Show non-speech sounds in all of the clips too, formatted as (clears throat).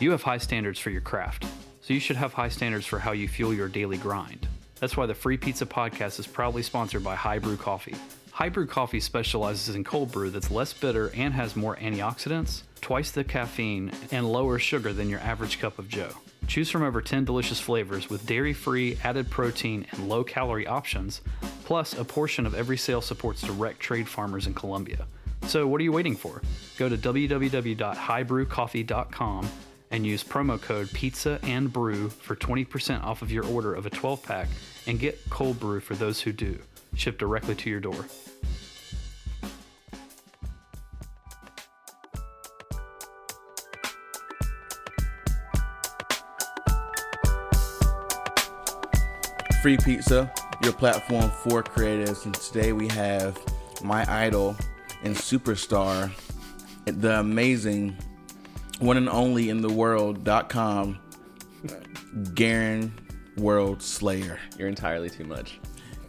You have high standards for your craft, so you should have high standards for how you fuel your daily grind. That's why the Free Pizza Podcast is proudly sponsored by High Brew Coffee. High Brew Coffee specializes in cold brew that's less bitter and has more antioxidants, twice the caffeine, and lower sugar than your average cup of Joe. Choose from over 10 delicious flavors with dairy free, added protein, and low calorie options, plus a portion of every sale supports direct trade farmers in Colombia. So, what are you waiting for? Go to www.highbrewcoffee.com and use promo code pizza and brew for 20% off of your order of a 12 pack and get cold brew for those who do. Shipped directly to your door. Free Pizza, your platform for creatives. And today we have my idol and superstar, the amazing one and only in the world.com, Garen World Slayer. You're entirely too much.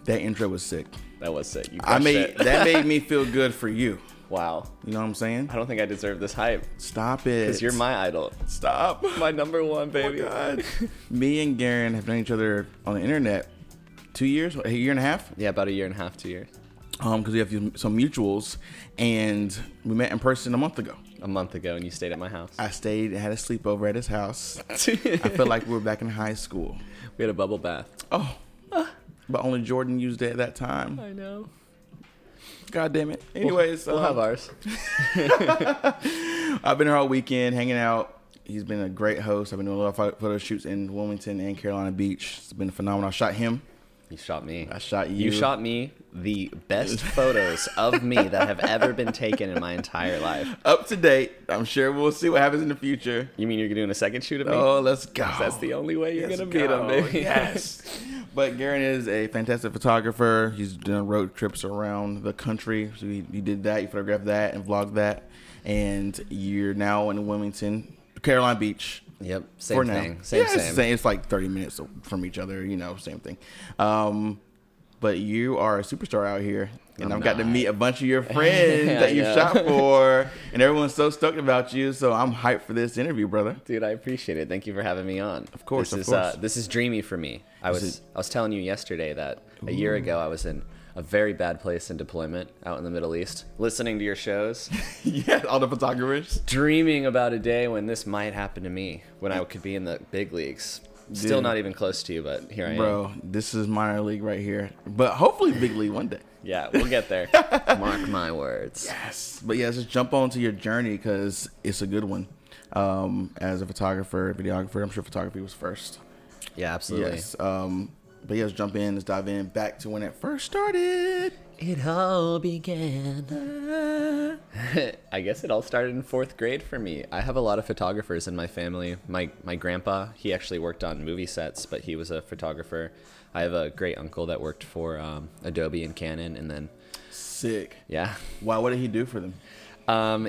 That intro was sick. That was sick. You I crushed made it. that (laughs) made me feel good for you. wow. You know what I'm saying? I don't think I deserve (laughs) this hype. Stop it. Because you're my idol. stop. Oh My number one, baby. Me and Garen have known each other on the internet two years, a year and a half. (laughs) yeah, about a year and a half, two years. um because we have some mutuals and we met in person a month ago A month ago, and you stayed at my house. (laughs) i stayed and had a sleepover at his house i we felt like we were back in high school had a bubble bath. oh but only jordan used it at that time I know. god damn it anyways We'll um, have ours. i've been here all weekend hanging out he's been a great host i've been doing a lot of photo- photo shoots in wilmington and carolina beach it's been phenomenal i shot him You shot me. i shot you You shot me the best photos of me that have ever been taken in my entire life. up to date i'm sure we'll see what happens in the future You mean you're doing a second shoot of me? oh let's go That's the only way you're Let's gonna beat him, go. (laughs) baby. Yes. (laughs) But Garen is a fantastic photographer. He's done road trips around the country. So you, you did that, you photographed that and vlogged that. And you're now in Wilmington, Carolina Beach. Yep. Same for now. thing. Same. Yeah, it's same. the same. It's like 30 minutes from each other, you know, same thing. Um, but you are a superstar out here. And I'm I've got to not. meet a bunch (laughs) of your friends Yeah, I that you know. shot (laughs) for. And everyone's so stoked about you. So I'm hyped for this interview, (laughs) brother. Dude, I appreciate it. Thank you for having me on. Of course, this of is, course. Uh, this is dreamy for me. I was is- I was telling you yesterday that a year ago I was in a very bad place in deployment out in the Middle East, listening to (laughs) your shows, yeah, all the photographers. dreaming about a day when this might happen to me, when I could be in the big leagues. Still Dude. not even close to you, but here I am. Bro, this is minor league right here, but hopefully big league one day. Yeah, we'll (laughs) get there. Mark my words. Yes. But yeah, just jump onto your journey because it's a good one. Um, as a photographer, videographer, I'm sure photography was first. Yeah, absolutely. Yes. Um, but yeah, let's jump in, let's dive in back to when it first started. It all began. (laughs) I guess it all started in fourth grade for me. I have a lot of photographers in my family. My my grandpa, he actually worked on movie sets, but he was a photographer. I have a great uncle that worked for um, Adobe and Canon, and then Sick. yeah, (laughs) Wow, what did he do for them? um,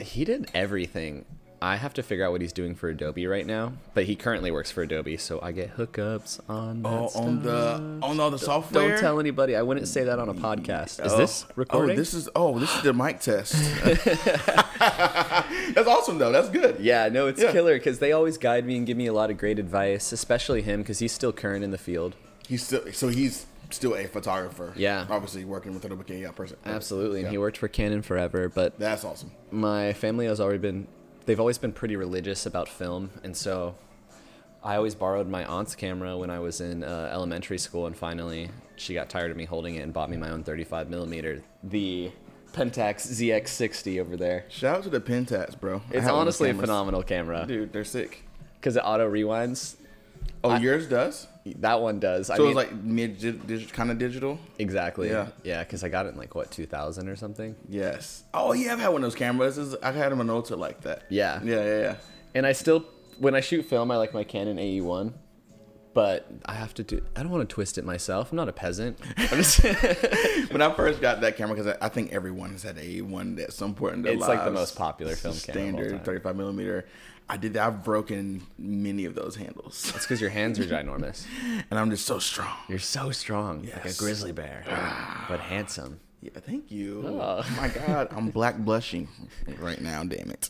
he did everything. I have to figure out what he's doing for Adobe right now, but he currently works for Adobe, so I get hookups on. That Oh, on stuff. the on all the software. Don't tell anybody. I wouldn't say that on a podcast. Is this recording? Oh, this is oh, this is the mic (laughs) test. (laughs) That's awesome though. That's good. Yeah, no, it's Yeah. killer because they always guide me and give me a lot of great advice, especially him because he's still current in the field. He's still so he's still a photographer. Yeah. Obviously working with a WK yeah, person. Absolutely, and Yeah. he worked for Canon forever. But That's awesome. my family has already been, they've always been pretty religious about film, and so I always borrowed my aunt's camera when I was in uh, elementary school, and finally she got tired of me holding it and bought me my own 35 millimeter, the Pentax ZX60 over there. Shout out to the Pentax, bro. I It's have one of honestly a those cameras. phenomenal camera Dude, they're sick. because it auto rewinds. Oh, yours does? That one does. I So mean, it's like mid dig, kind of digital? Exactly. Yeah. Yeah, because I got it in like what 2000 or something, Yes. Oh, yeah, I've had one of those cameras. It's- I've had them an Ulta like that. Yeah. Yeah, yeah, (laughs) yeah. and I still when I shoot film, I like my Canon AE1, but I have to do. I don't want to twist it myself. I'm not a peasant. I'm just, (laughs) it's When I first got that camera, because I, I think everyone has had a one at some point in their lives. like the most popular film camera. of all Standard time. 35 millimeter. I did that. I've broken many of those handles, (laughs) It's because your hands are ginormous. and I'm just so strong. You're so strong, like a Yes. Ah. grizzly bear, but handsome. (laughs) Yeah, thank you. Oh. my God, I'm black blushing right now. Damn it!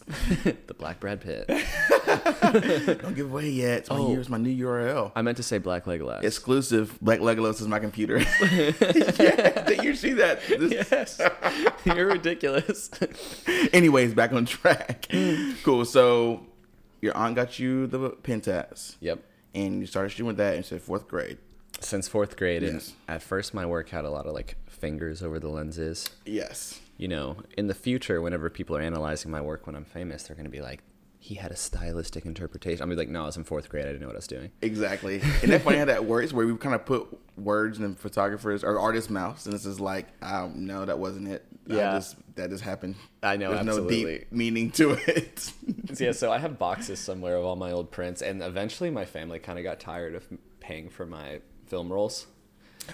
the Black Brad Pitt. Don't give away yet. It's my, Oh. here's my new URL. I meant to say Black Legolas. Exclusive. Black Legolas is my computer. yeah, did you see that? This- (laughs) yes. You're ridiculous. (laughs) Anyways, back on track. cool. So your aunt got you the Pentas. yep. And you started shooting with that and said fourth grade. Since fourth grade, and Yes. at first my work had a lot of like fingers over the lenses. Yes. You know, in the future, whenever people are analyzing my work when I'm famous, they're going to be like, he had a stylistic interpretation. I'll be like, no, I was in fourth grade. I didn't know what I was doing. Exactly. And that's funny how that works where we kind of put words in photographers or artists' mouths and this is like, um, no, that wasn't it. I Yeah. just, that just happened. I know, There's no absolutely. deep meaning to it. (laughs) yeah, so I have boxes somewhere of all my old prints, and eventually my family kind of got tired of paying for my film rolls.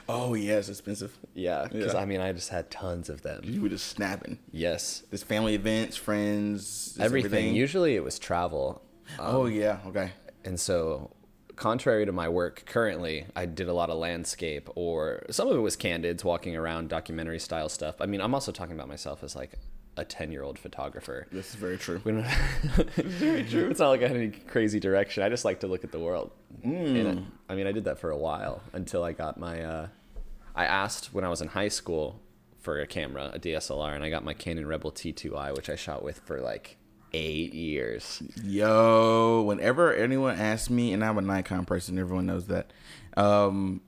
oh yeah, it's expensive. Yeah, because Yeah. I mean, I just had tons of them. You were just snapping. Yes, This family events, friends, just everything. Usually it was travel, oh yeah, okay. and so contrary to my work currently, I did a lot of landscape, or some of it was candids, walking around, documentary style stuff. I mean, I'm also talking about myself as like a ten year old photographer. This is very true. We don't- (laughs) It's not like I had any crazy direction. I just like to look at the world. And I, I mean, I did that for a while until I got my. Uh, I asked when I was in high school for a camera, a DSLR, and I got my Canon Rebel T2i, which I shot with for like eight years. Yo, whenever anyone asks me, and I'm a Nikon person, everyone knows that. Um,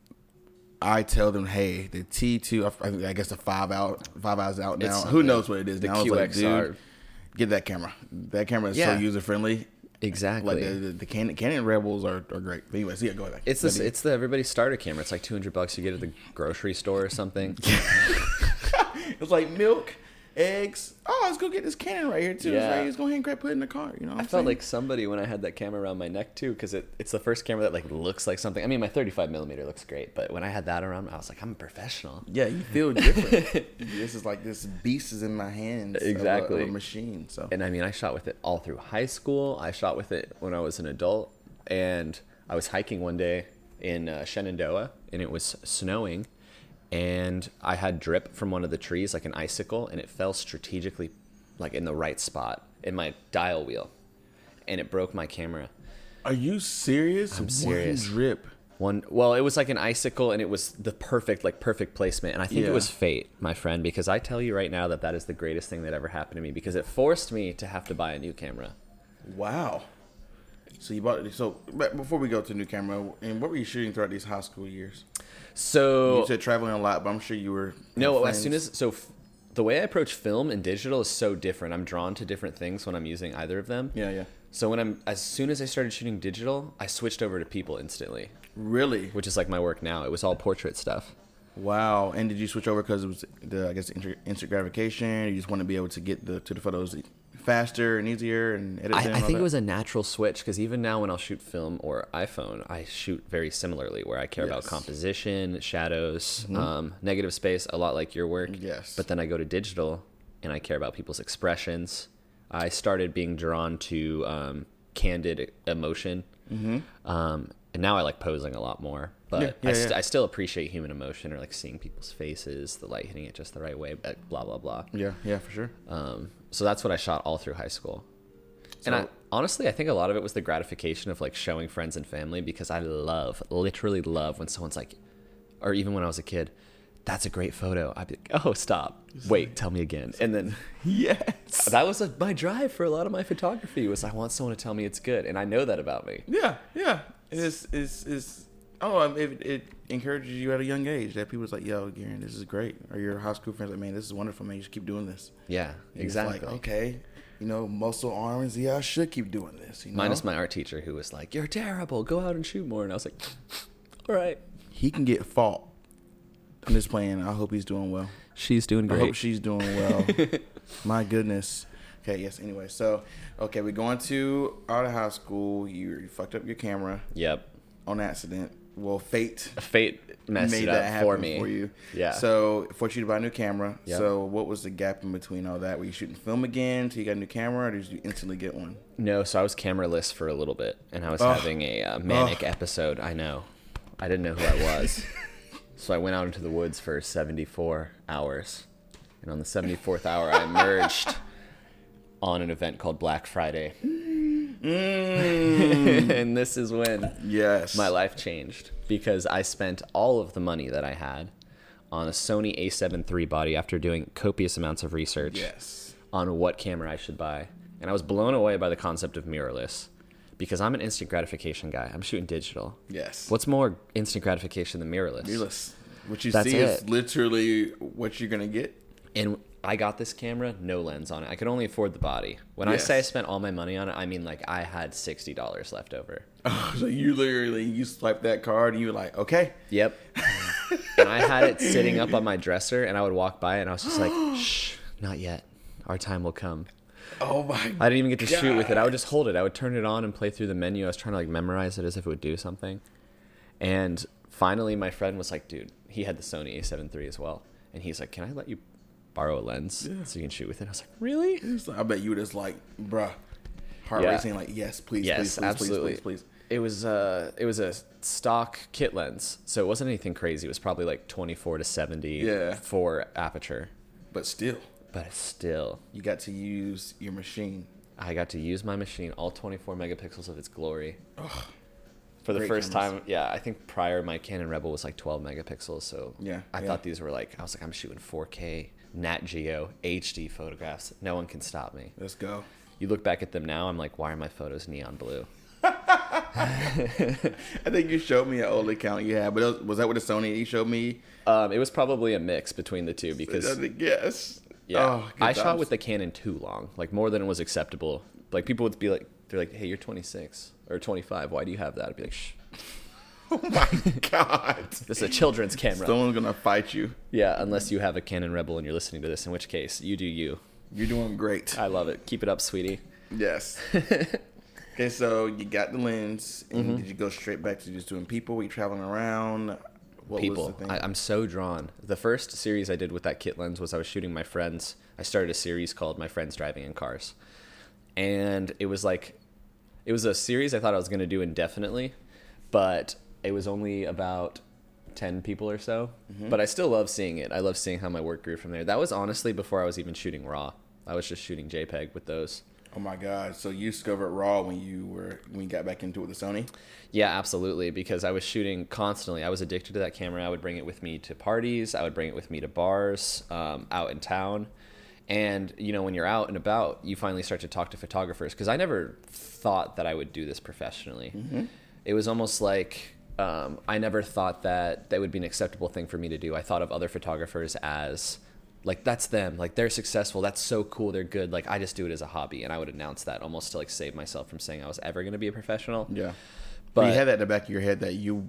I tell them, hey, the T two, I I guess the five out, five hours out now. It's Who something. knows what it is? The now. I was like, QXR. dude, get that camera. That camera is Yeah. so user friendly. Exactly. Like the, the, the Canon, Canon Rebels are, are great. But anyways, yeah, go ahead. it's this. It's the everybody's starter camera. It's like 200 bucks you get at the grocery store or something. It's like milk, eggs. Oh, let's go get this Canon right here too. Yeah. It's right. Let's go ahead and grab, put it in the car. You know, what I I'm felt saying? like somebody when I had that camera around my neck too, because it, it's the first camera that like looks like something. I mean, my 35 millimeter looks great, but when I had that around, I was like, I'm a professional. Yeah, you feel different. (laughs) this is like this beast is in my hands. of a- of Exactly. a, machine. So And I mean, I shot with it all through high school. I shot with it when I was an adult, and I was hiking one day in uh, Shenandoah, and it was snowing, and I had drip from one of the trees, like an icicle, and it fell strategically, like in the right spot in my dial wheel, and it broke my camera. Are you serious? I'm serious. One drip. One well, it was like an icicle, and it was the perfect, like perfect placement. And I think Yeah. it was fate, my friend, because I tell you right now that that is the greatest thing that ever happened to me because it forced me to have to buy a new camera. Wow. So you bought so but before we go to new camera and what were you shooting throughout these high school years? So You said traveling a lot, but I'm sure you were no, with as friends. soon as so. F- the way I approach film and digital is so different. I'm drawn to different things when I'm using either of them. yeah yeah So when I'm as soon as I started shooting digital, I switched over to people instantly, really which is like my work now. It was all portrait stuff. wow and did you switch over because it was the I guess inter- instant gratification you just want to be able to get the to the photos faster and easier and edit I, them I and all think it that? was a natural switch because even now when I'll shoot film or iPhone, I shoot very similarly where I care about Yes. Mm-hmm. composition, shadows, um, negative space, a lot like your work. Yes. But then I go to digital and I care about people's expressions. I started being drawn to um, candid emotion. Mm-hmm. Um, and now I like posing a lot more. But Yeah, yeah, I, st- yeah. I still appreciate human emotion or like seeing people's faces, the light hitting it just the right way, but blah, blah, blah. yeah yeah for (laughs) sure Um, so that's what I shot all through high school. and I, So- honestly, I think a lot of it was the gratification of like showing friends and family because I love, literally love when someone's like, or even when I was a kid, that's a great photo. I'd be like, oh, stop. Wait, tell me again. And then yes that was like my drive for a lot of my photography was I want someone to tell me it's good. And I know that about me. Yeah, yeah. It's it's it's. Oh, it, it encourages you at a young age that people's like, "Yo, Garen, this is great," or your high school friends like, "Man, this is wonderful, man. You should keep doing this." Yeah, And it's like, exactly. okay, you know, muscle arms. Yeah, I should keep doing this. You know? Minus my art teacher who was like, you're terrible. Go out and shoot more. And I was like, (laughs) all right. he can get fault. I'm just playing. I hope he's doing well. She's doing I great. hope she's doing (laughs) well. my goodness. Okay. Yes. Anyway, so okay, we're going to out of high school. You, you fucked up your camera yep. on accident. Well, fate Fate messed it up for me. for you. Yeah. So forced you to buy a new camera. Yep. So what was the gap in between all that? Were you shooting film again till you got a new camera, or did you instantly get one? No, so I was cameraless for a little bit, and I was Ugh. having a uh, manic episode. I know, (laughs) I didn't know who I was, so I went out into the woods for 74 hours And on the 74th hour, (laughs) I emerged on an event called Black Friday. Mm. (laughs) and this is when Yes. my life changed because I spent all of the money that I had on a Sony A7 III body after doing copious amounts of research Yes. on what camera I should buy. And I was blown away by the concept of mirrorless because I'm an instant gratification guy. I'm shooting digital. Yes. What's more instant gratification than mirrorless? Fearless. What you That's see is it. literally what you're gonna get. (laughs) And I got this camera, no lens on it. I could only afford the body. When Yes. I say I spent all my money on it, I mean like I had $60 left (laughs) over. Oh, so you literally you swipe that card and you're like, okay, Yep. and I had it sitting up on my dresser, and I would walk by, and I was just like, (gasps) "Shh, not yet. Our time will come." oh my. I didn't even get to shoot with it. I would just hold it. I would turn it on and play through the menu. I was trying to like memorize it as if it would do something. And finally, my friend was like, "Dude, he had the Sony A7 III as well, and he's like, can I let you borrow a lens so you can shoot with it?'" I was like, "Really?" It's like- I bet you were just like, bruh, heart Yeah. racing. Like, yes, please, please, yes, please, absolutely. please, please, please. It was uh, it was a stock kit lens, so it wasn't anything crazy. It was probably like 24 to 70 Yeah. for aperture, But still, but still, you got to use your machine. I got to use my machine all 24 megapixels of its glory. For the Great first cameras. time, yeah, I think prior my Canon Rebel was like 12 megapixels, so Yeah, I yeah. thought these were like I was like I'm shooting 4K Nat Geo HD photographs. No one can stop me. Let's go. You look back at them now, I'm like, why are my photos neon blue? I think you showed me an old account you had, but it was, was that what the Sony you showed me? Um, it was probably a mix between the two because yes. Yeah. Oh, good I shot times. with the Canon too long, like more than was acceptable. Like people would be like, they're like, hey, you're 26 or 25. Why do you have that? I'd be like, shh, (laughs) Oh my (laughs) god. this is a children's camera. Someone's gonna fight you. yeah, unless you have a Canon Rebel and you're listening to this, in which case, you do you. You're doing great. I love it. Keep it up, sweetie. (laughs) Yes. okay, so you got the lens, and did you go straight back to just doing people? Were you traveling around? What people. I, I'm so drawn. The first series I did with that kit lens was I was shooting my friends. I started a series called My Friends Driving in Cars. And it was like, it was a series I thought I was going to do indefinitely, but it was only about 10 people or so. But I still love seeing it. I love seeing how my work grew from there. That was honestly before I was even shooting RAW. I was just shooting JPEG with those. oh my god! So you discovered RAW when you were when you got back into it with the Sony? Yeah, absolutely. Because I was shooting constantly. I was addicted to that camera. I would bring it with me to parties. I would bring it with me to bars, um, out in town. And you know, when you're out and about, you finally start to talk to photographers. Because I never thought that I would do this professionally. It was almost like um, I never thought that that would be an acceptable thing for me to do. I thought of other photographers as like that's them like they're successful that's so cool they're good like i just do it as a hobby and i would announce that almost to like save myself from saying i was ever going to be a professional Yeah. But But- you had that in the back of your head that you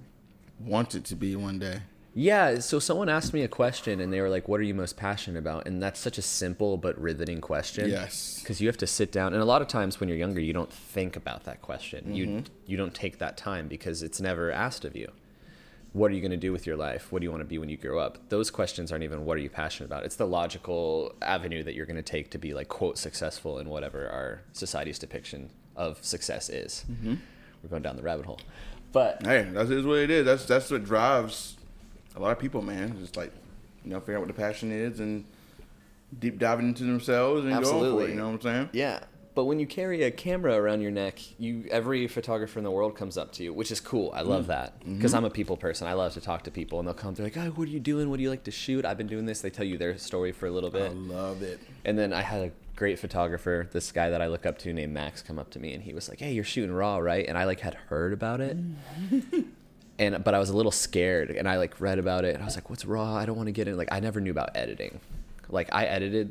wanted to be one day. Yeah, so someone asked me a question and they were like, What are you most passionate about? And that's such a simple but riveting question. Yes. Because you have to sit down and a lot of times when you're younger you don't think about that question. You you don't take that time because it's never asked of you. What are you gonna do with your life? What do you want to be when you grow up? Those questions aren't even what are you passionate about? It's the logical avenue that you're gonna take to be like quote successful in whatever our society's depiction of success is. We're going down the rabbit hole. But Hey, that's is what it is. That's that's what drives a lot of people, man. Just like you know, figuring out what the passion is and deep diving into themselves and going for it. Absolutely. You know what I'm saying? Yeah. But when you carry a camera around your neck, you every photographer in the world comes up to you, which is cool. I love that because I'm a people person. I love to talk to people, and they'll come. They're like, "Oh, what are you doing? What do you like to shoot? I've been doing this." They tell you their story for a little I bit, love it. and then I had a great photographer, this guy that I look up to named Max, come up to me, and he was like, "Hey, you're shooting raw, right?" And I like had heard about it, and but I was a little scared, and I like read about it, and I was like, "What's raw? I don't want to get in." Like I never knew about editing. Like I edited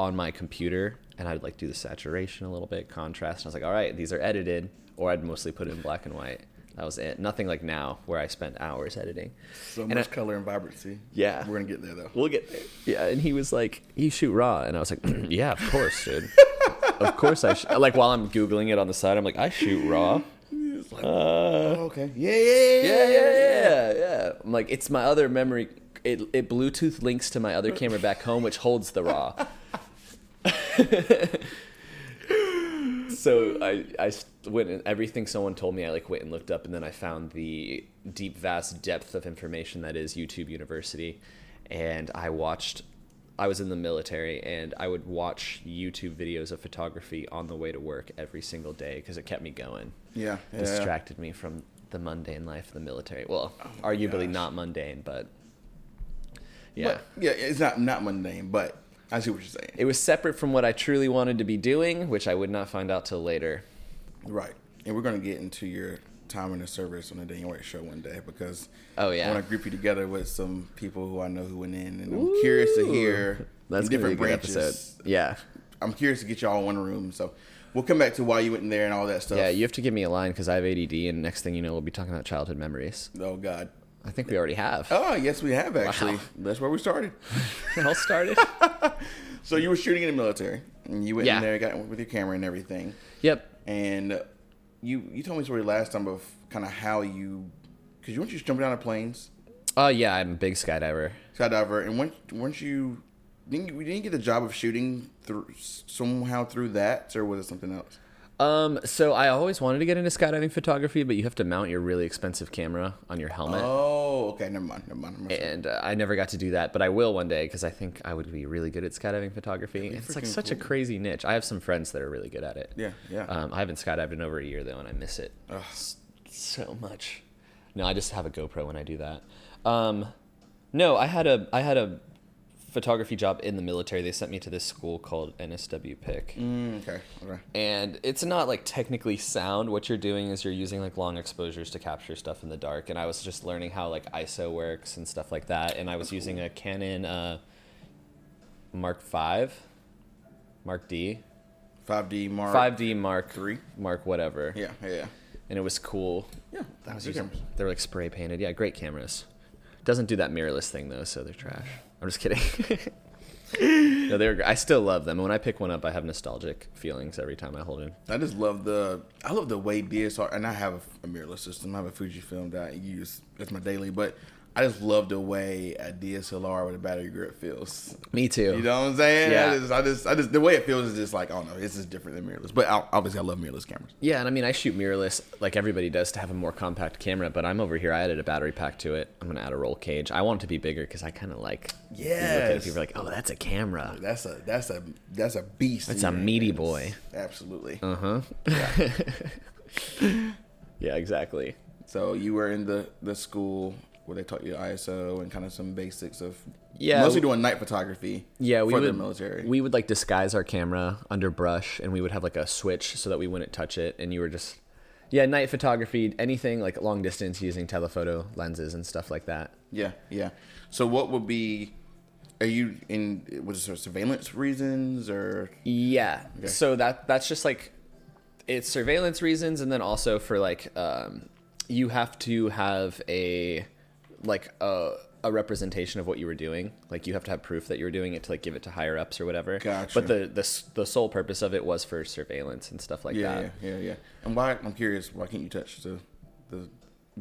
on my computer, and I'd like do the saturation a little bit, contrast, and I was like, "All right, these are edited," or I'd mostly put it in black and white. That was it. Nothing like now where I spent hours editing. So And much I- color and vibrancy. Yeah. we're gonna get there though. We'll get there. Yeah, and he was like, "You shoot raw," and I was like, (clears throat) "Yeah, of course, dude. of course I sh-. like." While I'm googling it on the side, I'm like, "I shoot raw." Oh, okay. Yeah, yeah, yeah, yeah, yeah. yeah, yeah. I'm like, it's my other memory. It it Bluetooth links to my other camera back home, which holds the raw. (laughs) so I I s- went and everything someone told me I like went and looked up and then I found the deep vast depth of information that is YouTube University, and I watched I was in the military and I would watch YouTube videos of photography on the way to work every single day because it kept me going. Yeah, yeah, yeah. Distracted me from the mundane life of the military. Well, arguably gosh. not mundane, but yeah. But, yeah, it's not not mundane, but I see what you're saying. it was separate from what I truly wanted to be doing, which I would not find out till later. Right. And we're going to get into your time in the service on the Daniel White show one day because Oh, yeah. I want to group you together with some people who I know who went in, and I'm curious to hear That's gonna be a different good branches. episode. Yeah. I'm curious to get y'all in one room. So we'll come back to why you went in there and all that stuff. Yeah, you have to give me a line because I have ADD, and next thing you know, we'll be talking about childhood memories. Oh God. I think we already have. Oh yes, we have actually. That's where we started. It all (laughs) started. So you were shooting in the military, and you went Yeah. in there, got with your camera and everything, yep. and you you told me a story last time of kind of how you because you weren't just jumping down of planes. Oh yeah, I'm a big skydiver. skydiver, and once once you didn't we didn't get the job of shooting through somehow through that, or was it something else? Um, so I always wanted to get into skydiving photography, but you have to mount your really expensive camera on your helmet. Oh, okay, never mind, never mind. Never mind. and uh, I never got to do that, but I will one day because I think I would be really good at skydiving photography. It's like freaking such a crazy niche. I have some friends that are really good at it. Yeah, Uh, yeah. Um, I haven't skydived in over a year though, and I miss it s- so much. No, I just have a GoPro when I do that. Um, no, I had a I had a photography job in the military. They sent me to this school called NSW Pick Mm, okay, okay, and it's not like technically sound what you're doing is you're using like long exposures to capture stuff in the dark and i was just learning how like iso works and stuff like that and i was using a canon uh, mark 5 mark d five D mark. 5d mark Three? mark whatever Yeah, yeah, yeah. and it was cool Yeah, I was good using, cameras. they were like spray painted yeah great cameras doesn't do that mirrorless thing though so they're trash i'm just kidding (laughs) no they were gr- i still love them and when i pick one up i have nostalgic feelings every time i hold it I just love the I love the way DSLR and I have a, mirrorless system. I have a Fujifilm that I use as my daily, but I just love the way a DSLR with a battery grip feels. me too You know what I'm saying? Yeah. I, just, I just I just the way it feels is just like I don't know. It's just different than mirrorless, but I, obviously I love mirrorless cameras. Yeah, and I mean, I shoot mirrorless like everybody does to have a more compact camera, but I'm over here. I added a battery pack to it. I'm gonna add a roll cage. I want it to be bigger because I kind of like. you look at it, Yes. people are like, oh, that's a camera. That's a that's a that's a beast. That's a meaty boy. Absolutely. Uh huh. (laughs) yeah, exactly. So you were in the the school where they taught you ISO and kind of some basics of Yeah. mostly doing night photography. Yeah, we for would the military. we would like disguise our camera under brush, and we would have like a switch so that we wouldn't touch it, and you were just yeah, night photography, anything like long distance using telephoto lenses and stuff like that. yeah, yeah. So what would be? Are you in? Was it for surveillance reasons or? Yeah. So that that's just like it's surveillance reasons, and then also for like um, you have to have a like a a representation of what you were doing. Like you have to have proof that you were doing it to like give it to higher ups or whatever. Gotcha. But the the s- the sole purpose of it was for surveillance and stuff like Yeah, that. yeah, yeah, yeah. And why? I'm curious. Why can't you touch the the?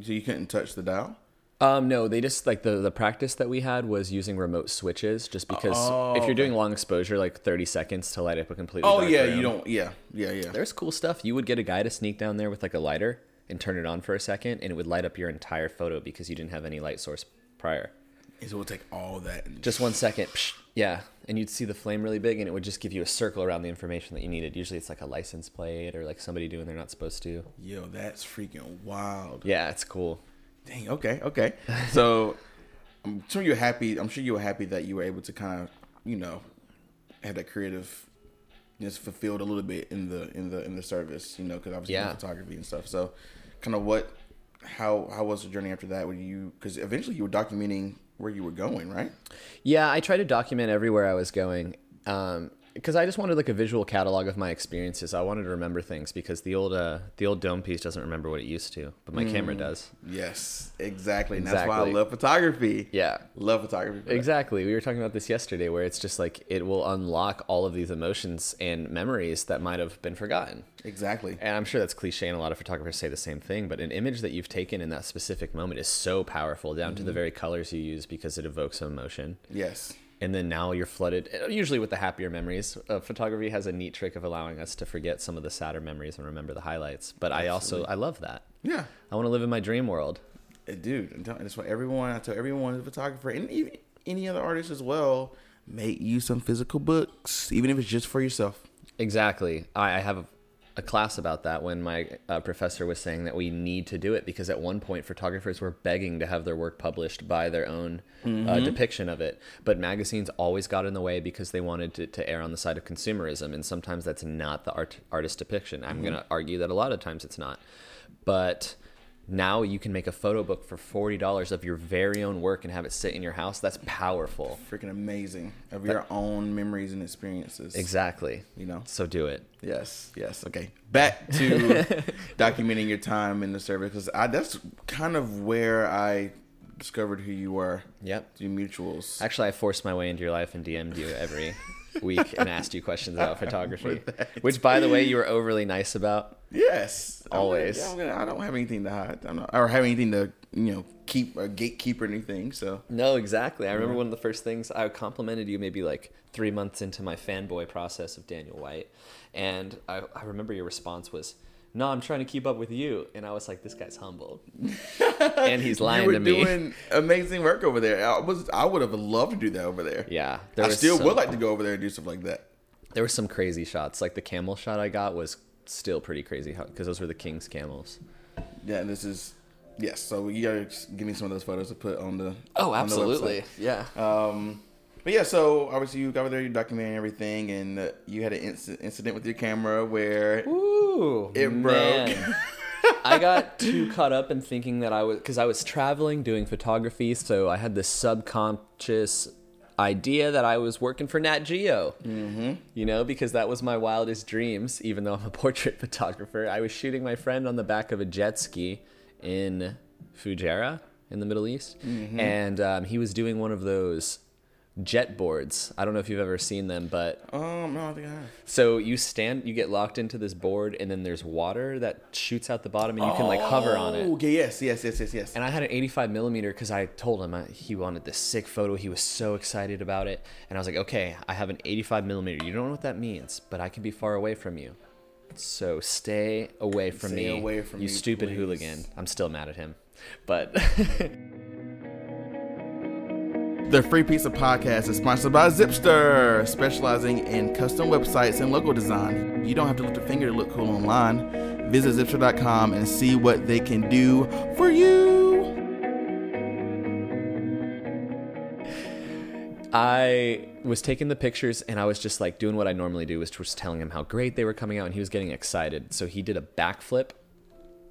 So you couldn't touch the dial? Um, no, they just like the the practice that we had was using remote switches, just because Oh, if you're okay. doing long exposure, like 30 seconds to light up a completely. Oh dark yeah, room. you don't. Yeah, yeah, yeah. There's cool stuff. You would get a guy to sneak down there with like a lighter and turn it on for a second, and it would light up your entire photo because you didn't have any light source prior. So we'll take all that. And Just one second, psh, yeah, and you'd see the flame really big, and it would just give you a circle around the information that you needed. Usually, it's like a license plate or like somebody doing they're not supposed to. yo, that's freaking wild. Yeah, it's cool. Dang. Okay. Okay. So, I'm sure you're happy. I'm sure you were happy that you were able to kind of, you know, have that creative, just fulfilled a little bit in the in the in the service. You know, because obviously Yeah. photography and stuff. So, kind of what, how how was the journey after that? Were you because eventually you were documenting where you were going, right? Yeah, I tried to document everywhere I was going because I just wanted like a visual catalog of my experiences. I wanted to remember things because the old uh, the old dome piece doesn't remember what it used to, but my camera does. Yes. Exactly. And that's why I Exactly. love photography. Yeah, Love photography. for that. Exactly. We were talking about this yesterday where it's just like it will unlock all of these emotions and memories that might have been forgotten. Exactly. And I'm sure that's cliche and a lot of photographers say the same thing, but an image that you've taken in that specific moment is so powerful down to the very colors you use because it evokes emotion. Yes. And then now you're flooded, uh, usually with the happier memories. Uh, photography has a neat trick of allowing us to forget some of the sadder memories and remember the highlights. But I also, I love that. Yeah. I want to live in my dream world. Uh, dude I'm telling- that's what everyone i tell everyone is a photographer and even any other artist as well make you some physical books, even if it's just for yourself. Exactly. I, I have a, a class about that when my uh, professor was saying that we need to do it because at one point photographers were begging to have their work published by their own uh, depiction of it. But magazines always got in the way because they wanted to, to err on the side of consumerism. And sometimes that's not the art, artist depiction. I'm going to argue that a lot of times it's not. But now you can make a photo book for $40 of your very own work and have it sit in your house. That's powerful. Freaking amazing of your own memories and experiences. Exactly. You know. So do it. Yes, yes. Okay, back (laughs) to documenting your time in the service because that's kind of where I discovered who you were. Yep. Your mutuals. Actually, I forced my way into your life and DM'd (laughs) you every week and asked you questions about photography, which, by the way, you were overly nice about. yes, I'm gonna- Always. yeah, I'm gonna- I don't have anything to hide. I'm not, or have anything to you know keep a gatekeeper or anything. So No, exactly. I remember one of the first things I complimented you maybe like three months into my fanboy process of Daniel White. And I, I remember your response was, No, I'm trying to keep up with you. And I was like, This (laughs) guy's humble. and he's lying you were to me. doing amazing work over there. I was I would have loved to do that over there. (laughs) yeah. there I was still some- would like to go over there and do stuff like that. There were some crazy shots. Like the camel shot I got was still pretty crazy because those were the king's camels. Yeah, and this is yes. So you gotta give me some of those photos to put on the Oh, on the website. absolutely. Yeah. Um, but yeah, so obviously you got over there, you documented everything, and uh, you had an inc- incident with your camera where Ooh, It broke. (laughs) man. I got too caught up in thinking that I was because I was traveling doing photography, so I had this subconscious idea that I was working for Nat Geo. Mm-hmm. You know, because that was my wildest dreams. Even though I'm a (laughs) portrait photographer, I was shooting my friend on the back of a jet ski in Fujairah in the Middle East, Mm-hmm. and um, he was doing one of those jet boards. I don't know if you've ever seen them, but um, no, I don't think I have. so you stand, you get locked into this board, and then there's water that shoots out the bottom, and you can like hover on it. Oh, Okay, yes, yes, yes, yes, yes. And I had an 85 millimeter because I told him I, he wanted this sick photo. He was so excited about it, and I was like, okay, I have an 85 millimeter. You don't know what that means, but I can be far away from you. So stay away from Stay me, away from you me, stupid please. hooligan. I'm still mad at him, but (laughs) The Free Pizza Podcast is sponsored by Zipster, specializing in custom websites and logo design. You don't have to lift a finger to look cool online. Visit zipster.com and see what they can do for you. I was taking the pictures and I was just like doing what I normally do, which was telling him how great they were coming out, and he was getting excited. So he did a backflip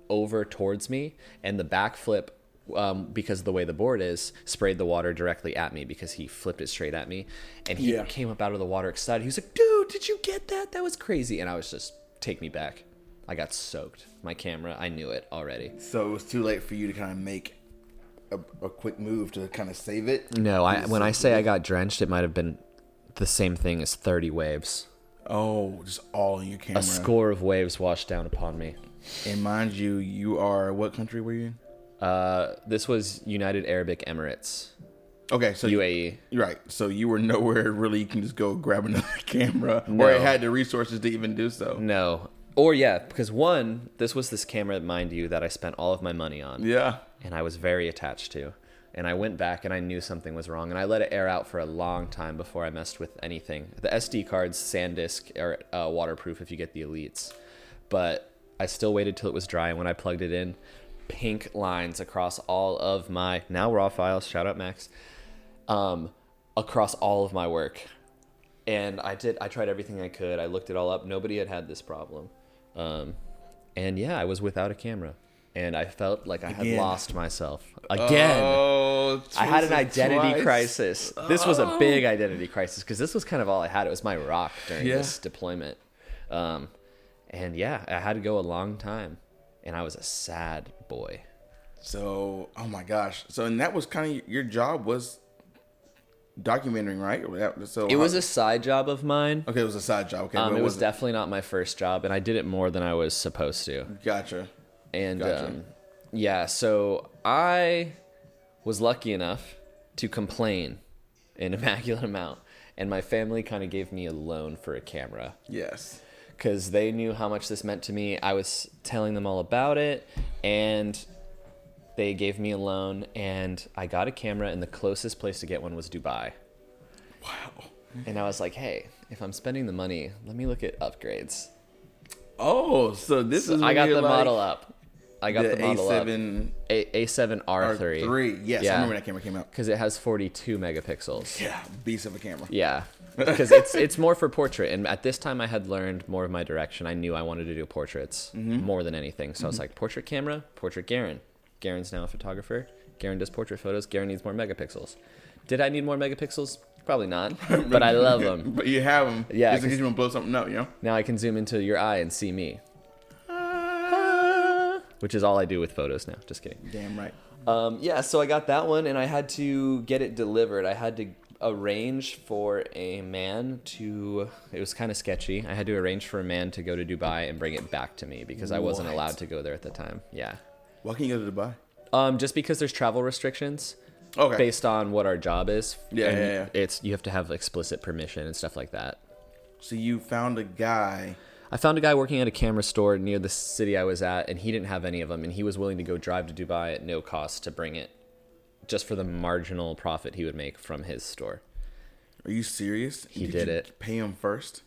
over towards me, and the backflip, um, because of the way the board is, sprayed the water directly at me because he flipped it straight at me. And he Yeah. came up out of the water excited. He was like, dude, did you get that? That was crazy. And I was just, take me back. I got soaked. My camera, I knew it already. So it was too late for you to kind of make a, a quick move to kind of save it. No, I, when I say I got drenched, it might have been the same thing as 30 waves. Oh, just all in your camera. A score of waves washed down upon me. And mind you, you are what country were you in? Uh, this was United Arabic Emirates, E. Okay, so you UAE. right, so you were nowhere really. You can just go grab another (laughs) camera, or No. Mm. it had the resources to even do so. No, or yeah, because one, this was this camera, mind you, that I spent all of my money on, Yeah, and I was very attached to. And I went back and I knew something was wrong, and I let it air out for a long time before I messed with anything. The SD cards, SanDisk, are uh, waterproof if you get the elites, but I still waited till it was dry. And when I plugged it in, pink lines across all of my now raw files. Shout out Max. um, across all of my work. And I did. I tried everything I could. I looked it all up. Nobody had had this problem. Um, and yeah, I was without a camera, and I felt like I had Again. lost myself again. Oh, I had an twice and identity twice. crisis. This was a big identity crisis because this was kind of all I had. It was my rock during Yeah. this deployment. Um, and yeah, I had to go a long time, and I was a sad boy. So, oh my gosh. So, and that was kind of your job was documenting, right? That- So It was a side job of mine. okay. It was a side job. Okay, Um, but it was wasn't- definitely not my first job, and I did it more than I was supposed to. gotcha. And Gotcha. um, yeah, so I was lucky enough to complain an (laughs) immaculate amount, and my family kind of gave me a loan for a camera Yes. because they knew how much this meant to me. I was telling them all about it, and they gave me a loan, and I got a camera, and the closest place to get one was Dubai. And I was like, hey, if I'm spending the money, let me look at upgrades. Oh, so this is I when got you're the model like up. I got the, model up. A7 A- A7R3. R3. Yes, I remember when that camera came out. Because it has 42 megapixels. Yeah, beast of a camera. Yeah, (laughs) because it's it's more for portrait. And at this time, I had learned more of my direction. I knew I wanted to do portraits Mm-hmm. more than anything. So I was like, portrait camera, portrait Garen. Garen's now a photographer. Garen does portrait photos. Garen needs more megapixels. Did I need more megapixels? (laughs) Probably not, but I love them. But you have them. Yeah, Just in 'cause- case you want to blow something up, you know? Now I can zoom into your eye and see me, which is all I do with photos now. Just kidding. Damn right. Um, yeah, so I got that one, and I had to get it delivered. I had to arrange for a man to. It was kind of sketchy. I had to arrange for a man to go to Dubai and bring it back to me because I wasn't What? allowed to go there at the time. Yeah, Why can't you go to Dubai? um, just because there's travel restrictions Okay. based on what our job is. Yeah, and yeah, yeah. It's you have to have explicit permission and stuff like that. So you found a guy. I found a guy working at a camera store near the city I was at, and he didn't have any of them, and he was willing to go drive to Dubai at no cost to bring it, just for the marginal profit he would make from his store. Are you serious? He did you it. Pay him first.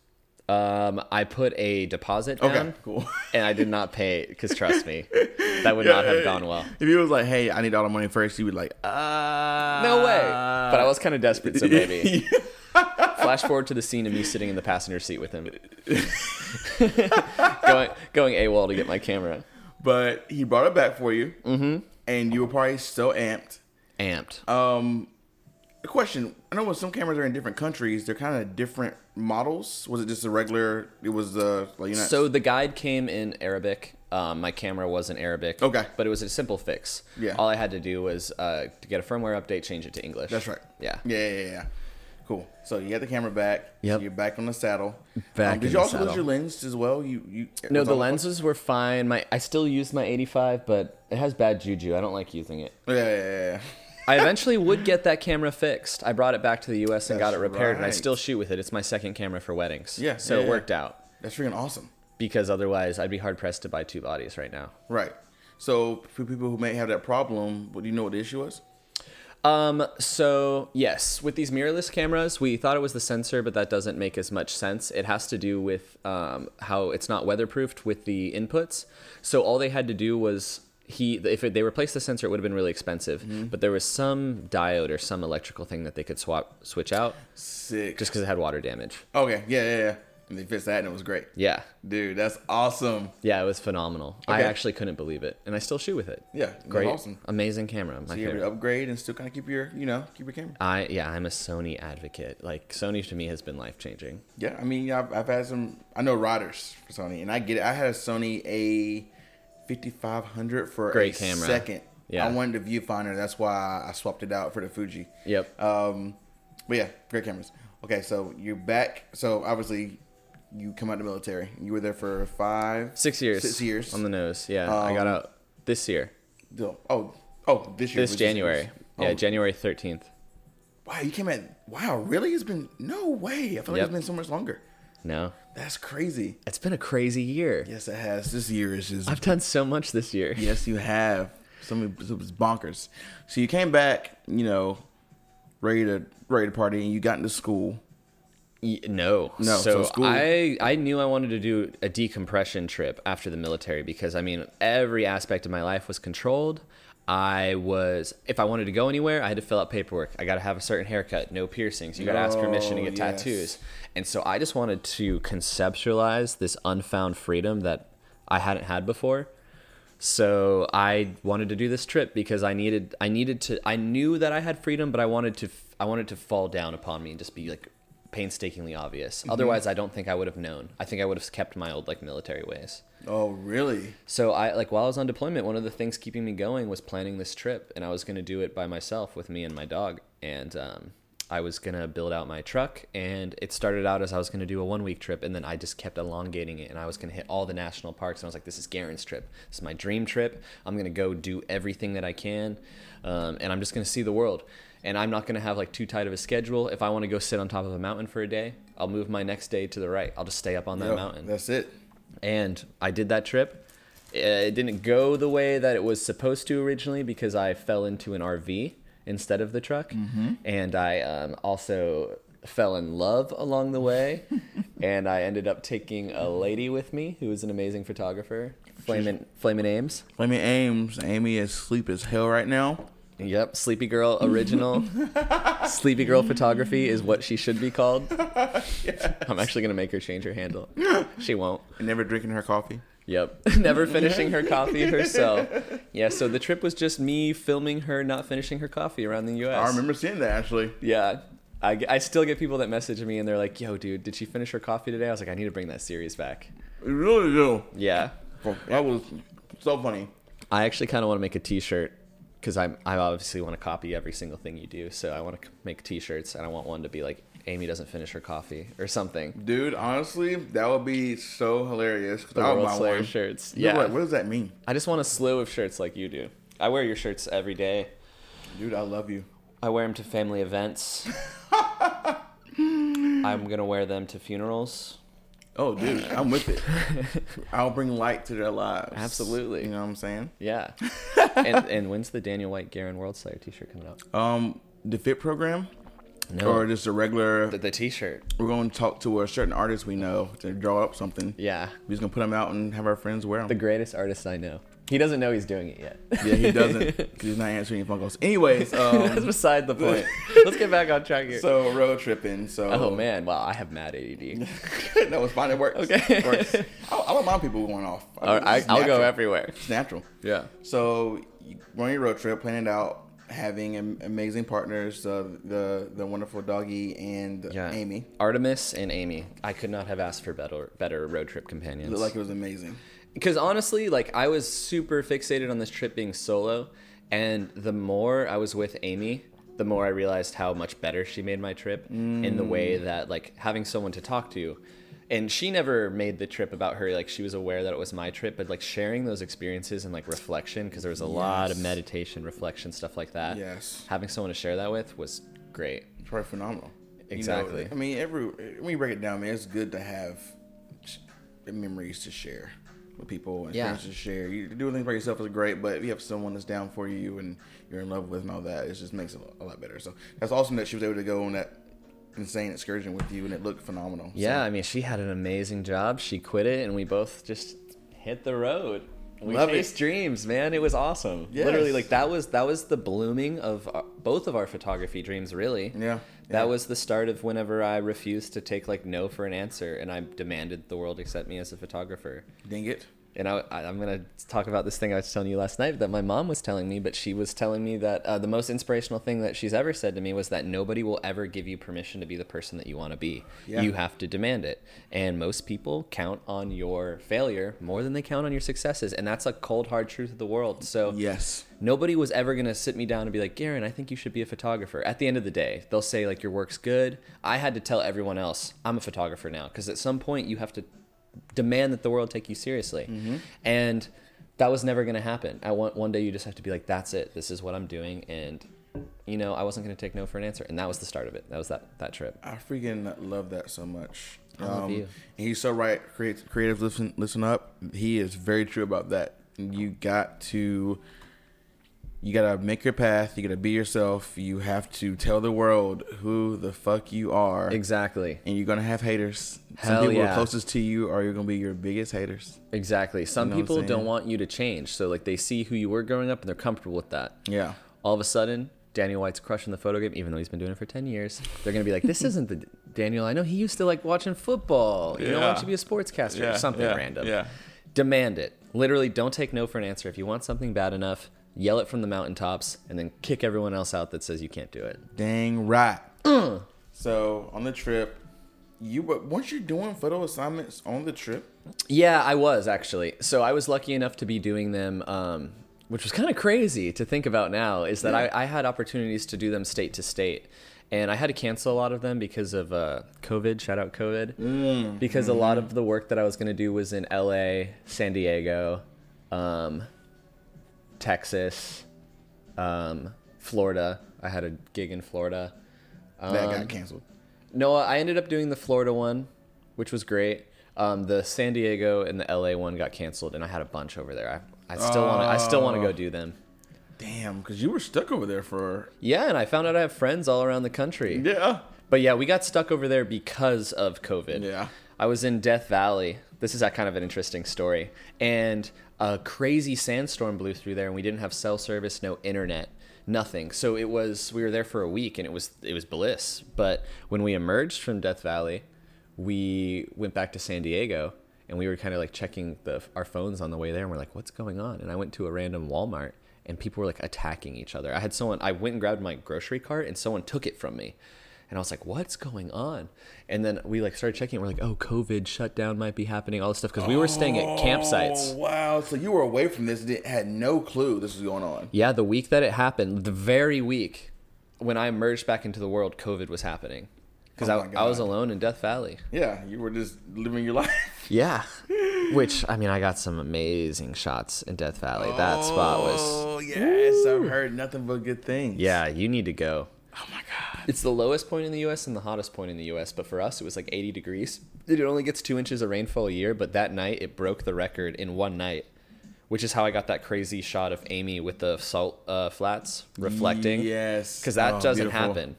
Um, I put a deposit down, Okay, cool. and I did not pay because trust me, that (laughs) would not have gone well. If he was like, "Hey, I need all the money first, you would like, "Ah, No way. But I was kind of desperate, so maybe. Flash forward to the scene of me sitting in the passenger seat with him, (laughs) going going AWOL to get my camera. But he brought it back for you, mm-hmm. and you were probably so amped. Amped. Um, a question: I know when some cameras are in different countries, they're kind of different models. Was it just a regular? It was the like, you know, So the guide came in Arabic. Um, my camera was in Arabic. Okay. But it was a simple fix. Yeah. All I had to do was uh, to get a firmware update, change it to English. That's right. Yeah. Yeah, yeah, yeah. yeah. Cool. So you got the camera back. Yep. You're back on the saddle. Um, Back did in you the also lose saddle. your lens as well? You you No, was the all- lenses were fine. My I still use my 85, but it has bad juju. I don't like using it. Yeah, yeah, yeah. yeah. I eventually would get that camera fixed. I brought it back to the U.S. and got it That's repaired, and I right. still shoot with it. It's my second camera for weddings. Yeah, So yeah, it yeah. worked out That's freaking awesome. because otherwise I'd be hard pressed to buy two bodies right now. Right. So for people who may have that problem, what do you know what the issue was? Um, so yes, with these mirrorless cameras, we thought it was the sensor, but that doesn't make as much sense. It has to do with um, how it's not weatherproofed with the inputs. So all they had to do was he if they replaced the sensor, it would have been really expensive. Mm-hmm. But there was some diode or some electrical thing that they could swap switch out Sick. just because it had water damage. okay. Yeah, yeah, yeah. And they fixed that, and it was great. Yeah, Dude, that's awesome. yeah, it was phenomenal. I Okay. actually couldn't believe it, and I still shoot with it. Yeah, that's great, awesome. amazing camera. My You able favorite. to upgrade and still kind of keep your, you know, keep your camera. I yeah, I'm a Sony advocate. Like Sony to me has been life changing. Yeah, I mean, I've, I've had some. I know riders for Sony, and I get it. I had a Sony A fifty five hundred for Great a camera. second. Yeah. I wanted a viewfinder. That's why I swapped it out for the Fuji. Yep. Um, but yeah, great cameras. Okay, so you're back. So obviously, you come out of the military. You were there for five, Six years. six years. On the nose. Yeah. I got Um, out this year. the oh oh this year was This just- January. Oh, Yeah, January 13th. wow, you came at wow. Really, it's been no way. I feel like Yep. it's been so much longer. No. That's crazy. It's been a crazy year. Yes, it has. This year is just I've done so much this year. Yes, you have. Some it was bonkers. So you came back, you know, ready to ready to party, and you got into school. Y- No. No, so So, school- I I knew I wanted to do a decompression trip after the military because I mean every aspect of my life was controlled. I was if I wanted to go anywhere, I had to fill out paperwork. I got to have a certain haircut, no piercings. You got to ask permission to Oh, get yes. tattoos. And so I just wanted to conceptualize this unfound freedom that I hadn't had before. So I wanted to do this trip because I needed I needed to I knew that I had freedom, but I wanted to f- I wanted to fall down upon me and just be like painstakingly obvious. Mm-hmm. Otherwise, I don't think I would have known. I think I would have kept my old like military ways. Oh, really? So I like while I was on deployment, one of the things keeping me going was planning this trip, and I was gonna do it by myself with me and my dog, and um, I was gonna build out my truck. And it started out as I was gonna do a one week trip, and then I just kept elongating it, and I was gonna hit all the national parks, and I was like, this is Garen's trip, this is my dream trip. I'm gonna go do everything that I can, um, and I'm just gonna see the world. And I'm not gonna have like too tight of a schedule. If I want to go sit on top of a mountain for a day, I'll move my next day to the right. I'll just stay up on that Yo, mountain That's it. and I did that trip. Uh, It didn't go the way that it was supposed to originally because I fell into an RV instead of the truck, and I um, also fell in love along the way, and I ended up taking a lady with me who was an amazing photographer, Flamin Flamin Ames. Amy Ames. Amy is sleep as hell right now. Yep, Sleepy Girl original. Sleepy Girl photography is what she should be called. I'm actually gonna make her change her handle. She won't. And never drinking her coffee. Yep. (laughs) (laughs) Never finishing her coffee herself. Yeah, so the trip was just me filming her not finishing her coffee around the US. I remember seeing that actually. Yeah. I, g- I still get people that message me and they're like, yo, dude, did she finish her coffee today? I was like, I need to bring that series back. We really do. Yeah. That was so funny. I actually kind of want to make a t shirt because I obviously want to copy every single thing you do. So I want to make t shirts and I want one to be like, Amy doesn't finish her coffee or something. Dude, honestly, that would be so hilarious. 'cause The I would World buy Slayer one. shirts. Oh, You're Yeah. like, what does that mean? I just want a slew of shirts like you do. I wear your shirts every day. Dude, I love you. I wear them to family events. I'm gonna wear them to funerals. Oh, dude, I'm with (laughs) it. I'll bring light to their lives. Absolutely. You know what I'm saying? (laughs) Yeah. and and when's the Daniel White Garen World Slayer T-shirt coming out? Um, the fit program No, or just a regular. the, the T-shirt. We're going to talk to a certain artist we know to draw up something. Yeah, We're just gonna put them out and have our friends wear the them. greatest artist I know. He doesn't know he's doing it (laughs) yet. yeah, he doesn't. 'cause He's not answering any phone calls. (laughs) Anyways, That's um, beside the (laughs) point. Let's get back on track here. so road tripping. So oh (laughs) man, wow, I have mad (laughs) ADD. no, it's fine. It works. Okay. It works. I, I don't mind people going off. All right, It's I, I'll go natural. everywhere. It's natural. Yeah. So you go on your road trip, planning it out, having am- amazing partners, uh, the the wonderful doggy and Yeah. Amy. Artemis and Amy. I could not have asked for better better road trip companions. Looked like it was amazing. because honestly like i was super fixated on this trip being solo and the more i was with amy the more i realized how much better she made my trip in the way Mm. that like having someone to talk to and she never made the trip about her like she was aware that it was my trip but like sharing those experiences and like reflection because there was a lot of Yes. meditation reflection stuff like that Yes. having someone to share that with was great It's probably phenomenal. You know, Exactly. I mean, every when you break it down, man, it's good to have sh- memories to share with people, and Yeah. experiences to share. You doing things by yourself is great, but if you have someone that's down for you and you're in love with and all that, it just makes it a lot better. So that's awesome that she was able to go on that insane excursion with you, and it looked phenomenal. So- yeah i mean she had an amazing job she quit it and we both just hit the road we Love it. chased dreams man it was awesome Yes. literally like that was that was the blooming of our, both of our photography dreams really yeah, that yeah. was the start of whenever i refused to take like no for an answer and i demanded the world accept me as a photographer Dang it. and I, I, I'm going to talk about this thing I was telling you last night that my mom was telling me, but she was telling me that uh, the most inspirational thing that she's ever said to me was that nobody will ever give you permission to be the person that you want to be. Yeah. You have to demand it. And most people count on your failure more than they count on your successes. And that's a cold, hard truth of the world. So, Yes. nobody was ever going to sit me down and be like, Garen, I think you should be a photographer. At the end of the day, they'll say, like, your work's good. I had to tell everyone else, I'm a photographer now. Because at some point, you have to demand that the world take you seriously. Mm-hmm. And that was never going to happen. I want one day you just have to be like, that's it. This is what I'm doing. And, you know, I wasn't going to take no for an answer. And that was the start of it. That was that, that trip. I freaking love that so much. I love you. And he's so right. Creat- creatives, listen, listen up. He is very true about that. You got to, you gotta make your path. You gotta be yourself. You have to tell the world who the fuck you are. Exactly. And you're gonna have haters. Hell Some people yeah. are closest to you are you're gonna be your biggest haters. Exactly. Some know what I'm people don't saying? want you to change. So, like, they see who you were growing up and they're comfortable with that. Yeah. all of a sudden Daniel White's crushing the photo game, even though he's been doing it for ten years. They're gonna be (laughs) like, "This isn't the D- Daniel I know. He used to like watching football. You know, why don't Yeah. you be a sportscaster or Yeah, something yeah, random?" yeah. Demand it. Literally, don't take no for an answer. If you want something bad enough, yell it from the mountaintops, and then kick everyone else out that says you can't do it. Dang right. Mm. So on the trip, you but once you're doing photo assignments on the trip, Yeah, I was actually. So I was lucky enough to be doing them, um, which was kind of crazy to think about now, is that I, I had opportunities to do them state to state. And I had to cancel a lot of them because of uh, COVID. Shout out COVID. Because a lot of the work that I was going to do was in LA, San Diego, um, Texas, um, Florida. I had a gig in Florida. that Um, got canceled. No, I ended up doing the Florida one, which was great. Um, the San Diego and the LA one got canceled, and I had a bunch over there. I, I still want to. I still want to go do them. Damn, because you were stuck over there for Yeah, and I found out I have friends all around the country. yeah. But yeah, we got stuck over there because of COVID. Yeah. I was in Death Valley. This is a kind of an interesting story. And a crazy sandstorm blew through there and we didn't have cell service, no internet, nothing. So it was we were there for a week and it was it was bliss. But when we emerged from Death Valley, we went back to San Diego and we were kind of like checking the, our phones on the way there and we're like what's going on and i went to a random walmart and people were like attacking each other i had someone i went and grabbed my grocery cart and someone took it from me and i was like what's going on and then we like started checking and we're like oh covid shutdown might be happening all this stuff because we were staying at Oh campsites wow! So you were away from this, and had no clue this was going on. yeah the week that it happened the very week when i emerged back into the world covid was happening because Oh my I, I was God. alone in death valley Yeah, you were just living your (laughs) life. Yeah. Which I mean, I got some amazing shots in Death Valley. That spot was. Oh yes, I've heard nothing but good things. Yeah, you need to go. Oh my god. It's the lowest point in the U.S. and the hottest point in the U.S. But for us, it was like 80 degrees. It only gets two inches of rainfall a year, but that night it broke the record in one night, which is how I got that crazy shot of Amy with the salt uh, flats reflecting. Yes. because that Oh, doesn't beautiful. happen.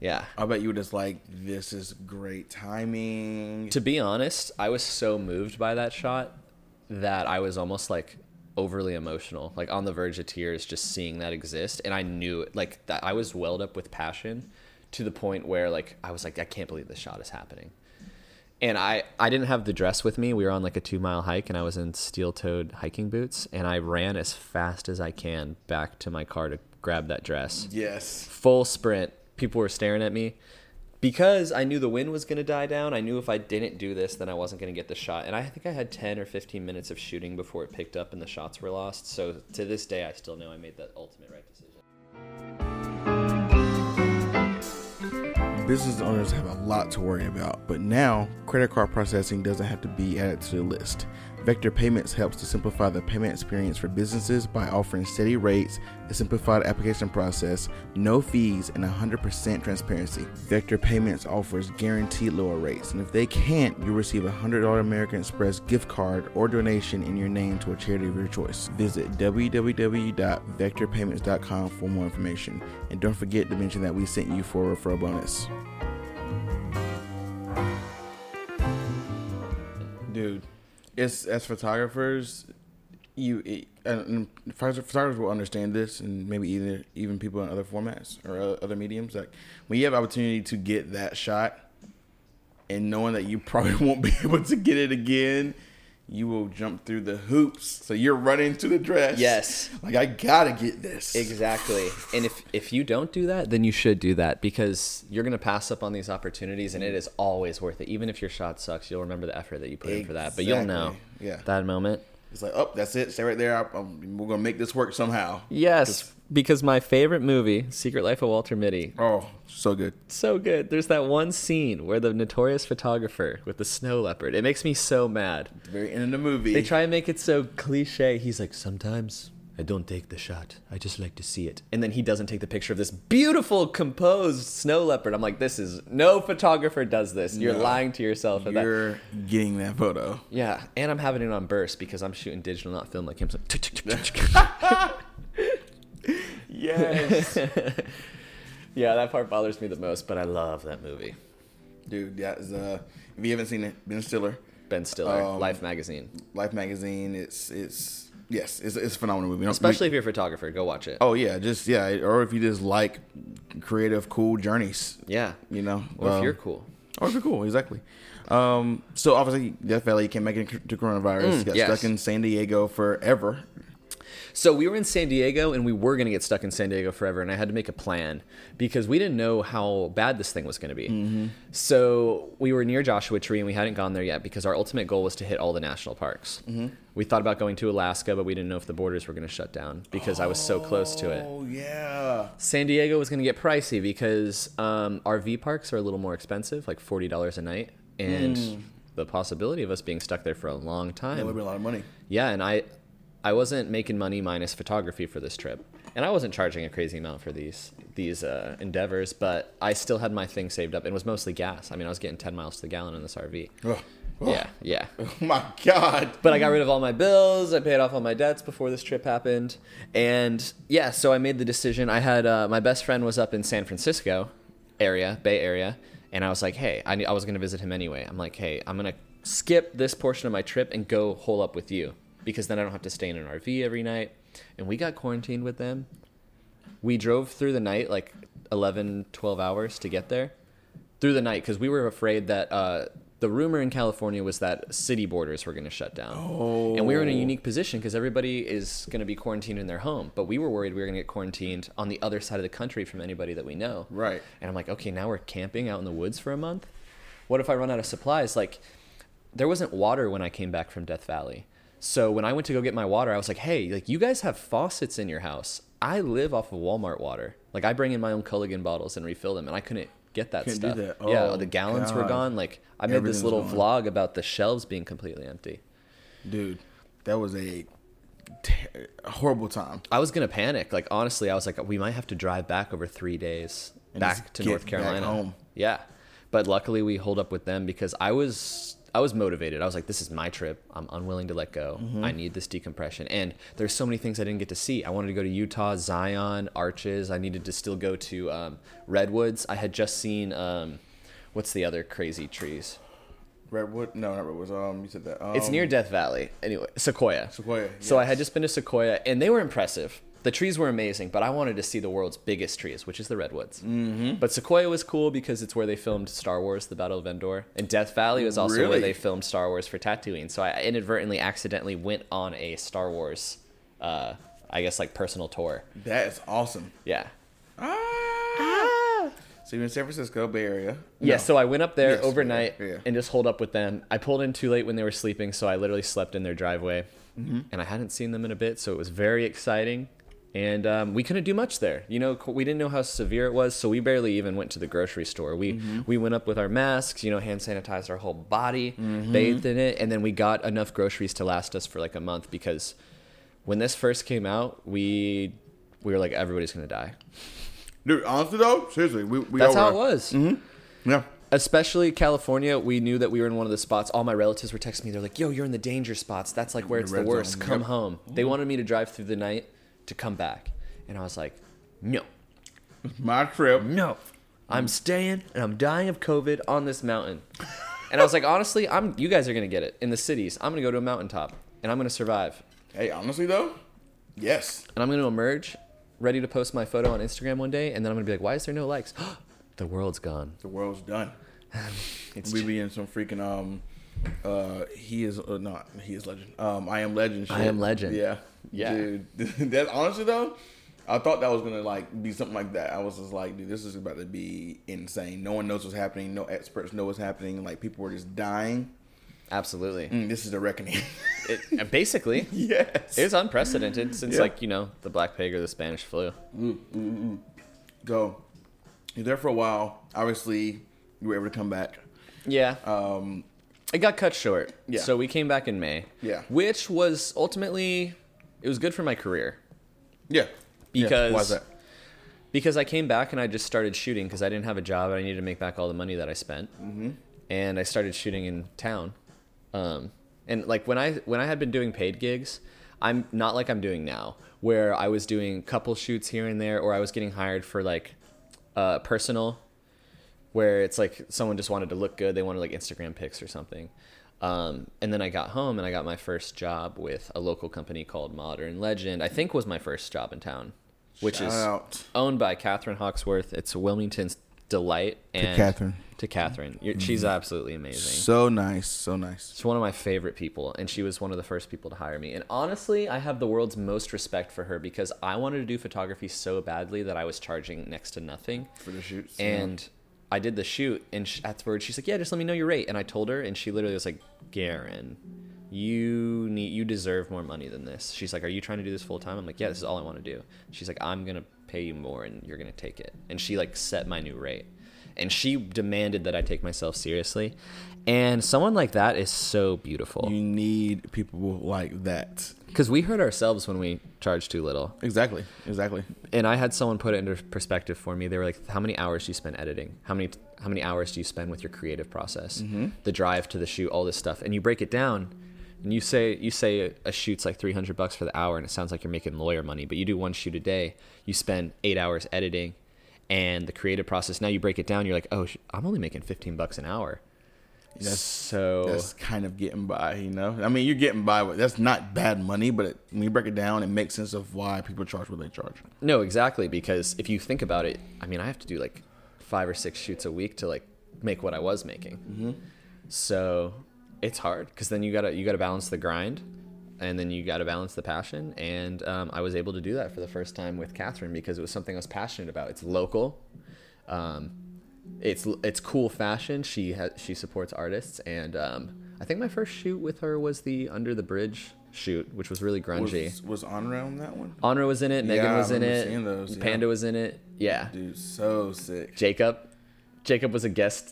Yeah. I bet you were just like, this is great timing. To be honest, I was so moved by that shot that I was almost like overly emotional, like on the verge of tears just seeing that exist. And I knew like that I was welled up with passion to the point where like I was like, I can't believe this shot is happening. And I, I didn't have the dress with me. We were on like a two mile hike and I was in steel toed hiking boots and I ran as fast as I can back to my car to grab that dress Yes. full sprint. People were staring at me because I knew the wind was going to die down. I knew if I didn't do this, then I wasn't going to get the shot. And I think I had 10 or 15 minutes of shooting before it picked up and the shots were lost. So to this day, I still know I made the ultimate right decision. Business owners have a lot to worry about, but now credit card processing doesn't have to be added to the list. Vector Payments helps to simplify the payment experience for businesses by offering steady rates, a simplified application process, no fees, and 100% transparency. Vector Payments offers guaranteed lower rates, and if they can't, you receive a $100 American Express gift card or donation in your name to a charity of your choice. Visit www.vectorpayments.com for more information, and don't forget to mention that we sent you for a referral bonus. dude. It's as photographers, you it, and and photo- photographers will understand this, and maybe either even people in other formats or o- other mediums. Like when you have opportunity to get that shot, and knowing that you (laughs) probably won't be able to get it again, you will jump through the hoops. So you're running to the dress. Yes. like I gotta get this. Exactly. And if if you don't do that, then you should do that because you're going to pass up on these opportunities and it is always worth it. Even if your shot sucks, you'll remember the effort that you put in for that. But you'll know Exactly. Yeah. that moment It's like, oh, that's it. Stay right there. I, I'm, we're gonna make this work somehow. Yes, because my favorite movie, Secret Life of Walter Mitty, Oh, so good. so good. There's that one scene where the notorious photographer with the snow leopard. It makes me so mad. The very end of the movie. They try and make it so cliche. He's like, sometimes I don't take the shot. I just like to see it. And then he doesn't take the picture of this beautiful, composed snow leopard. I'm like, this is no photographer does this. You're No. lying to yourself. at that. You're getting that photo. Yeah, and I'm having it on burst because I'm shooting digital, not film like him. So (laughs) Yes. (laughs) yeah, that part bothers me the most, but I love that movie. Dude, that is uh if you haven't seen it, Ben Stiller, Ben Stiller, Um, Life magazine. Life magazine, it's it's yes, it's it's a phenomenal movie. We don't- Especially we- if you're a photographer, go watch it. Oh yeah, just yeah, or if you just like creative cool journeys. yeah. You know. Or if um, you're cool. Or if you're cool, exactly. Um so obviously Death Valley you can't make it to coronavirus. got Mm, yes. stuck in San Diego forever. So we were in San Diego and we were going to get stuck in San Diego forever. And I had to make a plan because we didn't know how bad this thing was going to be. Mm-hmm. So we were near Joshua Tree and we hadn't gone there yet because our ultimate goal was to hit all the national parks. Mm-hmm. We thought about going to Alaska, but we didn't know if the borders were going to shut down because I was so close to it. Oh yeah. San Diego was going to get pricey because um, RV parks are a little more expensive, like forty dollars a night, and the possibility of us being stuck there for a long That would time. be a lot of money. yeah, and I, I wasn't making money minus photography for this trip, and I wasn't charging a crazy amount for these these uh, endeavors, but I still had my thing saved up, and it was mostly gas. I mean, I was getting ten miles to the gallon in this RV. Ugh. Ugh. Yeah, yeah. (laughs) Oh my god. But I got rid of all my bills. I paid off all my debts before this trip happened. And yeah, so I made the decision. I had uh, my best friend was up in San Francisco area, Bay Area, and I was like, hey, I, knew, I was gonna visit him anyway. I'm like, hey, I'm gonna skip this portion of my trip and go hole up with you because then I don't have to stay in an RV every night. And we got quarantined with them. We drove through the night like 11, 12 hours to get there through the night because we were afraid that uh, the rumor in California was that city borders were going to shut down. Oh. And we were in a unique position because everybody is going to be quarantined in their home. But we were worried we were going to get quarantined on the other side of the country from anybody that we know. Right. And I'm like, okay, now we're camping out in the woods for a month. What if I run out of supplies? Like, there wasn't water when I came back from Death Valley. So when I went to go get my water, I was like, hey, like you guys have faucets in your house. I live off of Walmart water. Like I bring in my own Culligan bottles and refill them, and I couldn't get that Couldn't do stuff. that. yeah, Oh, the gallons were God. gone. Like I made this Everything's little gone. vlog about the shelves being completely empty. dude, that was a ter- horrible time. I was gonna panic. Like honestly, I was like, we might have to drive back over three days And back just to get North back Carolina. home. Yeah, but luckily we holed up with them because I was I was motivated. I was like, this is my trip. I'm unwilling to let go. Mm-hmm. I need this decompression. And there's so many things I didn't get to see. I wanted to go to Utah, Zion, Arches. I needed to still go to um, Redwoods. I had just seen um, what's the other crazy trees. Redwood? No, not Redwood. Um, you said that. Um, It's near Death Valley. Anyway, Sequoia. Sequoia, So I yes. had just been to Sequoia, and they were impressive. The trees were amazing, but I wanted to see the world's biggest trees, which is the redwoods. Mm-hmm. But Sequoia was cool because it's where they filmed Star Wars: The Battle of Endor, and Death Valley was also where Really? they filmed Star Wars for Tatooine. So I inadvertently, accidentally went on a Star Wars, uh, I guess like personal tour. That is awesome. Yeah. So you're in San Francisco Bay Area. Yeah, Ah. so I went up there Yes, overnight yeah, yeah. and just holed up with them. I pulled in too late when they were sleeping, so I literally slept in their driveway. Mm-hmm. And I hadn't seen them in a bit, so it was very exciting. And um, we couldn't do much there. You know, we didn't know how severe it was, so we barely even went to the grocery store. We Mm-hmm. we went up with our masks, you know, hand sanitized our whole body, Mm-hmm. bathed in it, and then we got enough groceries to last us for like a month because when this first came out, we we were like everybody's going to die. dude. Honestly though, seriously, we, we That's all how were. Mm-hmm. it was. Yeah. especially California, we knew that we were in one of the spots. All my relatives were texting me. They're like, "Yo, you're in the danger spots. That's like where it's the red worst. zone, Come yep. home." They wanted me to drive through the night to come back, and I was like, "No, My trip. no, I'm staying, and I'm dying of COVID on this (laughs) mountain." and I was like, "Honestly, I'm. You guys are gonna get it in the cities. I'm gonna go to a mountaintop, and I'm gonna survive, Hey, honestly though, yes. and I'm gonna emerge." Ready to post my photo on Instagram one day, and then I'm gonna be like, "Why is there no likes? (gasps) the world's gone. The world's done. (laughs) It's We be in some freaking um uh he is uh, not he is legend. Um I am legend shit. I Am Legend. Yeah. Yeah. Dude. (laughs) that honestly though, I thought that was gonna like be something like that. I was just like, dude, this is about to be insane. No one knows what's happening, no experts know what's happening, like people were just dying. absolutely. Mm, this is the reckoning. (laughs) It, basically, yes. It was unprecedented since, Yeah. like, you know, the Black Plague or the Spanish flu. Go. You're there for a while. Obviously you were able to come back. Yeah. Um it got cut short. Yeah. So we came back in May. Yeah. Which was ultimately, it was good for my career yeah. yeah. Because- why's that? because I came back and I just started shooting because I didn't have a job and I needed to make back all the money that I spent. Mm-hmm. And I started shooting in town. Um, and like when I when I had been doing paid gigs, I'm not like I'm doing now, where I was doing couple shoots here and there, or I was getting hired for like uh, personal where it's like someone just wanted to look good. They wanted like Instagram pics or something. Um, and then I got home and I got my first job with a local company called Modern Legend. I think was my first job in town, which Shout is out. owned by Catherine Hawksworth. It's Wilmington's delight. And Catherine. To Catherine, You're, she's absolutely amazing. So nice, so nice. She's one of my favorite people, and she was one of the first people to hire me. And honestly, I have the world's most respect for her because I wanted to do photography so badly that I was charging next to nothing for the shoots. and I did the shoot, and sh afterwards she's like, "Yeah, just let me know your rate." And I told her, and she literally was like, "Garen, you need you deserve more money than this." She's like, "Are you trying to do this full time?" I'm like, "Yeah, this is all I want to do." She's like, "I'm gonna pay you more, and you're gonna take it." And she like set my new rate, and she demanded that I take myself seriously. And someone like that is so beautiful you need people like that. because we hurt ourselves when we charge too little. Exactly. Exactly. and I had someone put it into perspective for me. They were like, "How many hours do you spend editing? How many how many hours do you spend with your creative process? Mm-hmm. The drive to the shoot, all this stuff." And you break it down, and you say you say a shoot's like three hundred bucks for the hour, and it sounds like you're making lawyer money, but you do one shoot a day. You spend eight hours editing, and the creative process. Now you break it down, you're like, oh, sh- I'm only making 15 bucks an hour. That's- so That's kind of getting by, you know. I mean, you're getting by. But that's not bad money, but it, when you break it down, it makes sense of why people charge what they charge. No, exactly. Because if you think about it, I mean, I have to do like five or six shoots a week to like make what I was making. So it's hard because then you gotta you gotta balance the grind, and then you gotta balance the passion. And um, I was able to do that for the first time with Catherine because it was something I was passionate about. It's local. Um, it's it's cool fashion. She has she supports artists, and um, I think my first shoot with her was the Under the Bridge shoot, which was really grungy. Was, was Honra on that one? Honor was in it. Megan Yeah, I was in remember it. seeing those, yeah. Panda was in it. Yeah. Dude, so sick. Jacob. Jacob was a guest.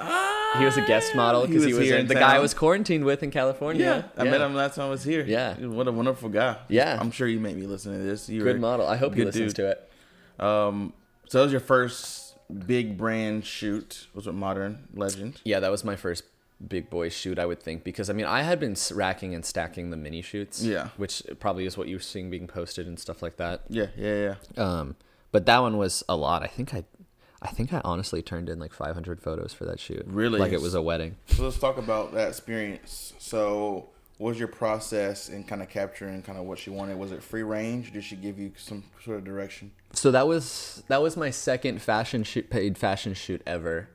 he was a guest model Ah, He because he was was, here in- in the guy I town. was quarantined with in California. I met him last time I was here. Yeah. Dude, what a wonderful guy. Yeah. I'm sure you made me listen to this. You Good were- model. I hope he good listens dude. to it. Um, so that was your first big brand shoot. Was with Modern Legend? Yeah, that was my first big boy shoot, I would think, because I mean, I had been s- racking and stacking the mini shoots. Yeah. Which probably is what you were seeing being posted and stuff like that. Yeah, yeah, yeah. Um, but that one was a lot. I think I. I think I honestly turned in like 500 photos for that shoot. Really? Like it was a wedding. So let's talk about that experience. So, what was your process in kind of capturing kind of what she wanted? Was it free range? Did she give you some sort of direction? so that was that was my second fashion shoot paid fashion shoot ever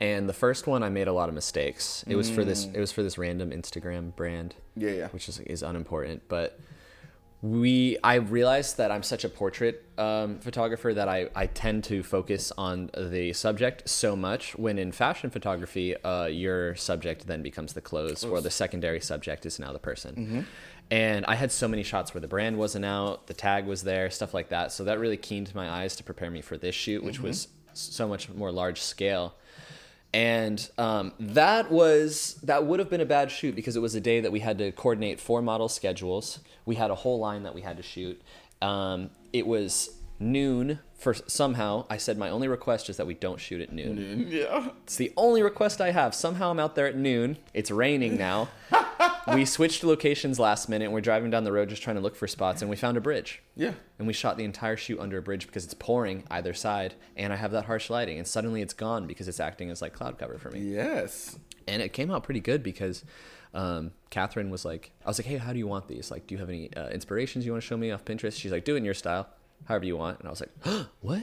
and the first one i made a lot of mistakes it was for this it was for this random instagram brand Mm. Yeah, yeah. which is, is unimportant but we i realized that i'm such a portrait um, photographer that I, I tend to focus on the subject so much when in fashion photography uh, your subject then becomes the clothes or the secondary subject is now the person and i had so many shots where the brand wasn't out the tag was there stuff like that so that really keened my eyes to prepare me for this shoot which was so much more large scale and um, that was that would have been a bad shoot because it was a day that we had to coordinate four model schedules we had a whole line that we had to shoot um, it was noon for somehow i said my only request is that we don't shoot at noon Yeah. it's the only request I have. Somehow I'm out there at noon. It's raining now. we switched locations last minute. And we're driving down the road just trying to look for spots, and we found a bridge. Yeah. And we shot the entire shoot under a bridge because it's pouring either side, and I have that harsh lighting. And suddenly it's gone because it's acting as like cloud cover for me Yes. and it came out pretty good because um, Catherine was like, I was like, hey, how do you want these? Like, do you have any uh, inspirations you want to show me off Pinterest? She's like, do it in your style, however you want. And I was like, (gasps) what?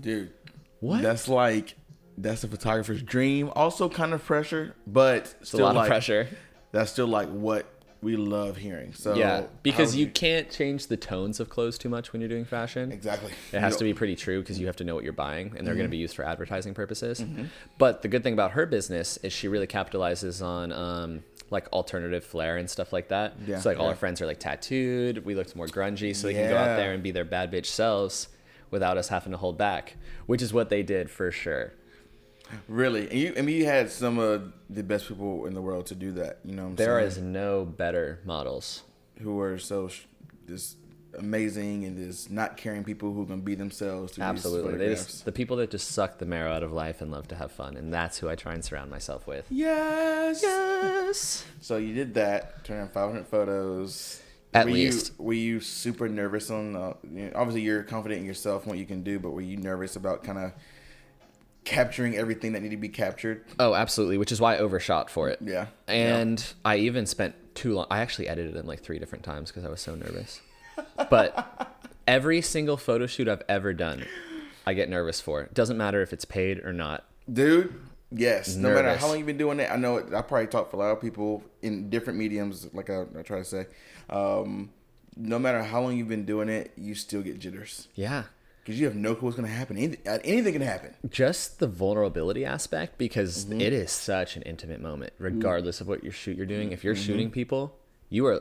Dude. What? That's like that's a photographer's dream. Also kind of pressure, but still It's a lot like, of pressure. That's still like what we love hearing. So yeah, oh, how because would you can't change the tones of clothes too much when you're doing fashion. Exactly. It has to be pretty true because you have to know what you're buying and they're Mm-hmm. going to be used for advertising purposes. But the good thing about her business is she really capitalizes on um, like alternative flair and stuff like that. Yeah, so like all yeah. our friends are like tattooed. We looked more grungy so they can go out Yeah. there and be their bad bitch selves without us having to hold back, which is what they did for sure. Really. And you I mean you had some of the best people in the world to do that, you know what I'm There saying? is no better models. who are so sh- this amazing and this not caring people who can be themselves through Absolutely. these They photographs. just, the people that just suck the marrow out of life and love to have fun. And that's who I try and surround myself with. Yes. Yes. So you did that, turning 500 photos. At were least. You, were you super nervous on the, you know, obviously you're confident in yourself and what you can do, but were you nervous about kind of capturing everything that needed to be captured? Oh, absolutely. Which is why I overshot for it. Yeah. And I even spent too long. I actually edited them like three different times because I was so nervous. But (laughs) every single photo shoot I've ever done, I get nervous for. It doesn't matter if it's paid or not. Dude, yes. No matter Nervous. how long you've been doing it, I know it, I probably talked for a lot of people in different mediums, like I, I try to say. Um, no matter how long you've been doing it, you still get jitters Yeah. because you have no clue what's going to happen. Anything, anything can happen. Just the vulnerability aspect because Mm-hmm. it is such an intimate moment, regardless of what your shoot you're doing. If Mm-hmm. you're shooting people, you are.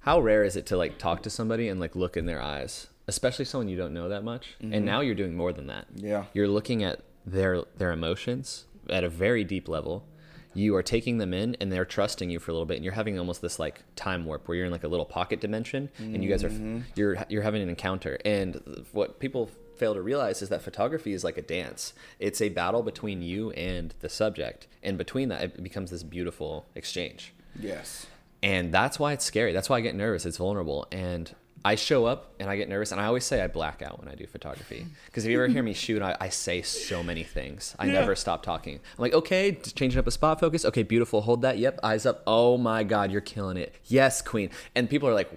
How rare is it to like talk to somebody and like look in their eyes, especially someone you don't know that much? And now you're doing more than that. Mm-hmm. Yeah. you're looking at their their emotions at a very deep level you are taking them in and they're trusting you for a little bit and you're having almost this like time warp where you're in like a little pocket dimension and you guys are you're you're having an encounter and what people fail to realize is that photography is like a dance it's a battle between you and the subject and between that it becomes this beautiful exchange Yes. and that's why it's scary that's why i get nervous it's vulnerable and I show up and I get nervous, and I always say I black out when I do photography. Because if you ever hear me shoot, I, I say so many things. I never stop talking. I'm like, okay, just changing up a spot focus. Okay, beautiful. Hold that. Yep, eyes up. Oh my God, you're killing it. Yes, queen. And people are like,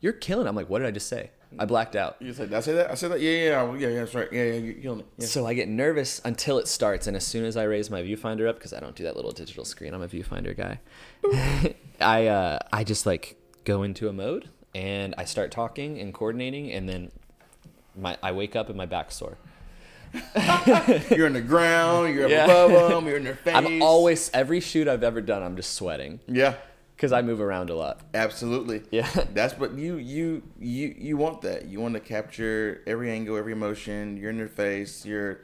you're killing. it." I'm like, what did I just say? I blacked out. You said, did I say that? I said that? Yeah, yeah, yeah, yeah, yeah that's right. Yeah, yeah, you're killing it. Yeah. (laughs) So I get nervous until it starts, and as soon as I raise my viewfinder up, because I don't do that little digital screen, I'm a viewfinder guy. (laughs) I uh, I just like go into a mode and I start talking and coordinating, and then my I wake up and my back's sore. You're in the ground, you're Yeah. above them, you're in their face. (laughs) I'm always every shoot I've ever done, I'm just sweating Yeah, because I move around a lot. absolutely. Yeah. (laughs) That's what you you you you want that. You want to capture every angle, every emotion. You're in their face. You're,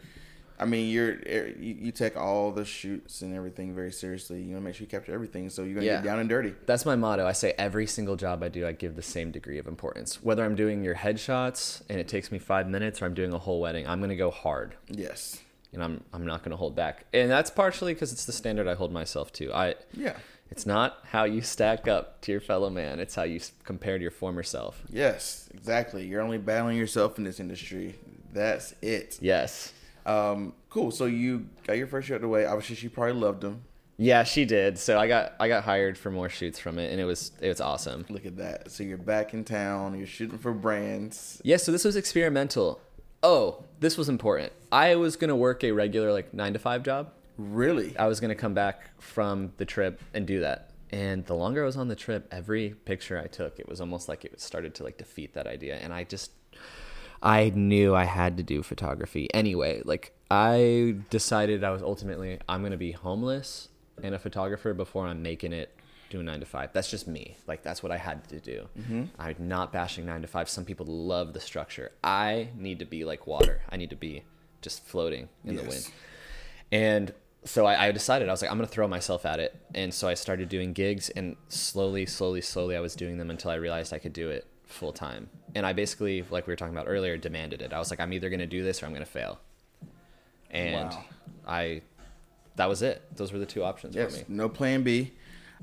I mean, you're er, you, you take all the shoots and everything very seriously. You want to make sure you capture everything. So you're gonna Yeah. get down and dirty. That's my motto. I say every single job I do, I give the same degree of importance. Whether I'm doing your headshots and it takes me five minutes, or I'm doing a whole wedding, I'm gonna go hard. Yes. and I'm I'm not going to hold back. And that's partially because it's the standard I hold myself to. I Yeah. it's not how you stack up to your fellow man; it's how you s- compare to your former self. Yes. Exactly. You're only battling yourself in this industry. That's it. Yes. Um. Cool. So you got your first shoot out the way. Obviously, she probably loved them. Yeah, she did. So I got I got hired for more shoots from it, and it was it was awesome. Look at that. So you're back in town. You're shooting for brands. Yeah. So this was experimental. Oh, this was important. I was going to work a regular like nine to five job. Really? I was going to come back from the trip and do that. And the longer I was on the trip, every picture I took, it was almost like it started to like defeat that idea. And I just, I knew I had to do photography anyway. Like I decided I was ultimately, I'm going to be homeless and a photographer before I'm making it doing nine to five. That's just me. Like that's what I had to do. I'm not bashing nine to five. Some people love the structure. I need to be like water. I need to be just floating in the Yes. wind. And so I, I decided I was like, I'm gonna throw myself at it. And so I started doing gigs, and slowly, slowly, slowly, I was doing them until I realized I could do it full time. And I basically, like we were talking about earlier, demanded it. I was like, I'm either gonna do this or I'm gonna fail. And Wow. I, that was it. Those were the two options for me. Yes, no plan B.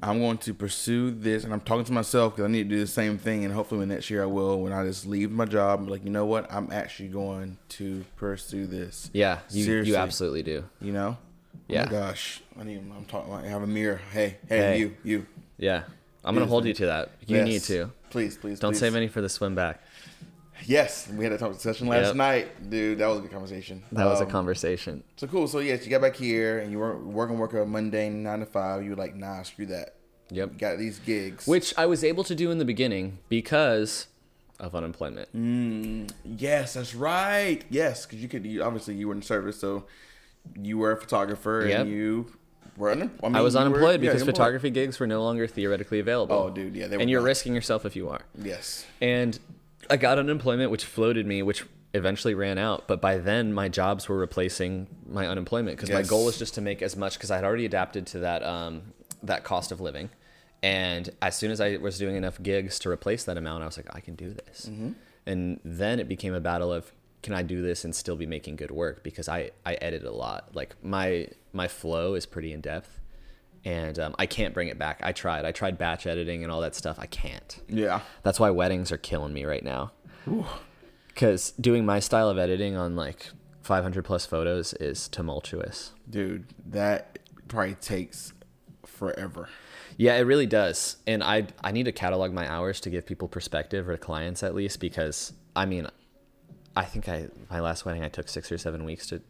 I'm going to pursue this, and I'm talking to myself because I need to do the same thing. And hopefully, when next year I will, when I just leave my job, I'm like, you know what? I'm actually going to pursue this. Yeah, you, Seriously. you absolutely do. You know? Yeah. Oh my gosh, I need. I'm talking. I have a mirror. Hey, hey, Hey. you, you. Yeah, I'm gonna Yes, hold I- you to that. You Yes. need to. Please, please. Don't please. save any for the swim back. Yes, we had that talk session last Yep. night, dude. That was a good conversation. That was a Um, conversation. So cool. So yes, you got back here, and you were working, working a mundane nine to five. You were like, nah, screw that. Yep. You got these gigs. Which I was able to do in the beginning because of unemployment. Mm. Yes, that's right. Yes, because you could. You, obviously, you were in service, so you were a photographer Yep. and you were. Unem- mean, I was you were- unemployed yeah, because unemployed. photography gigs were no longer theoretically available. Oh, dude, yeah, they were and you're not. risking yourself if you are. Yes, And I got unemployment, which floated me, which eventually ran out. But by then, my jobs were replacing my unemployment because my Yes. goal was just to make as much because I had already adapted to that um, that cost of living. And as soon as I was doing enough gigs to replace that amount, I was like, I can do this. And then it became a battle of can I do this and still be making good work because I I edit a lot. Like my my flow is pretty in depth. And um, I can't bring it back. I tried. I tried batch editing and all that stuff. I can't. yeah, That's why weddings are killing me right now. Because doing my style of editing on like 500 plus photos is tumultuous. dude, that probably takes forever. Yeah, it really does. And I I need to catalog my hours to give people perspective or clients at least because I mean, I think I my last wedding I took six or seven weeks to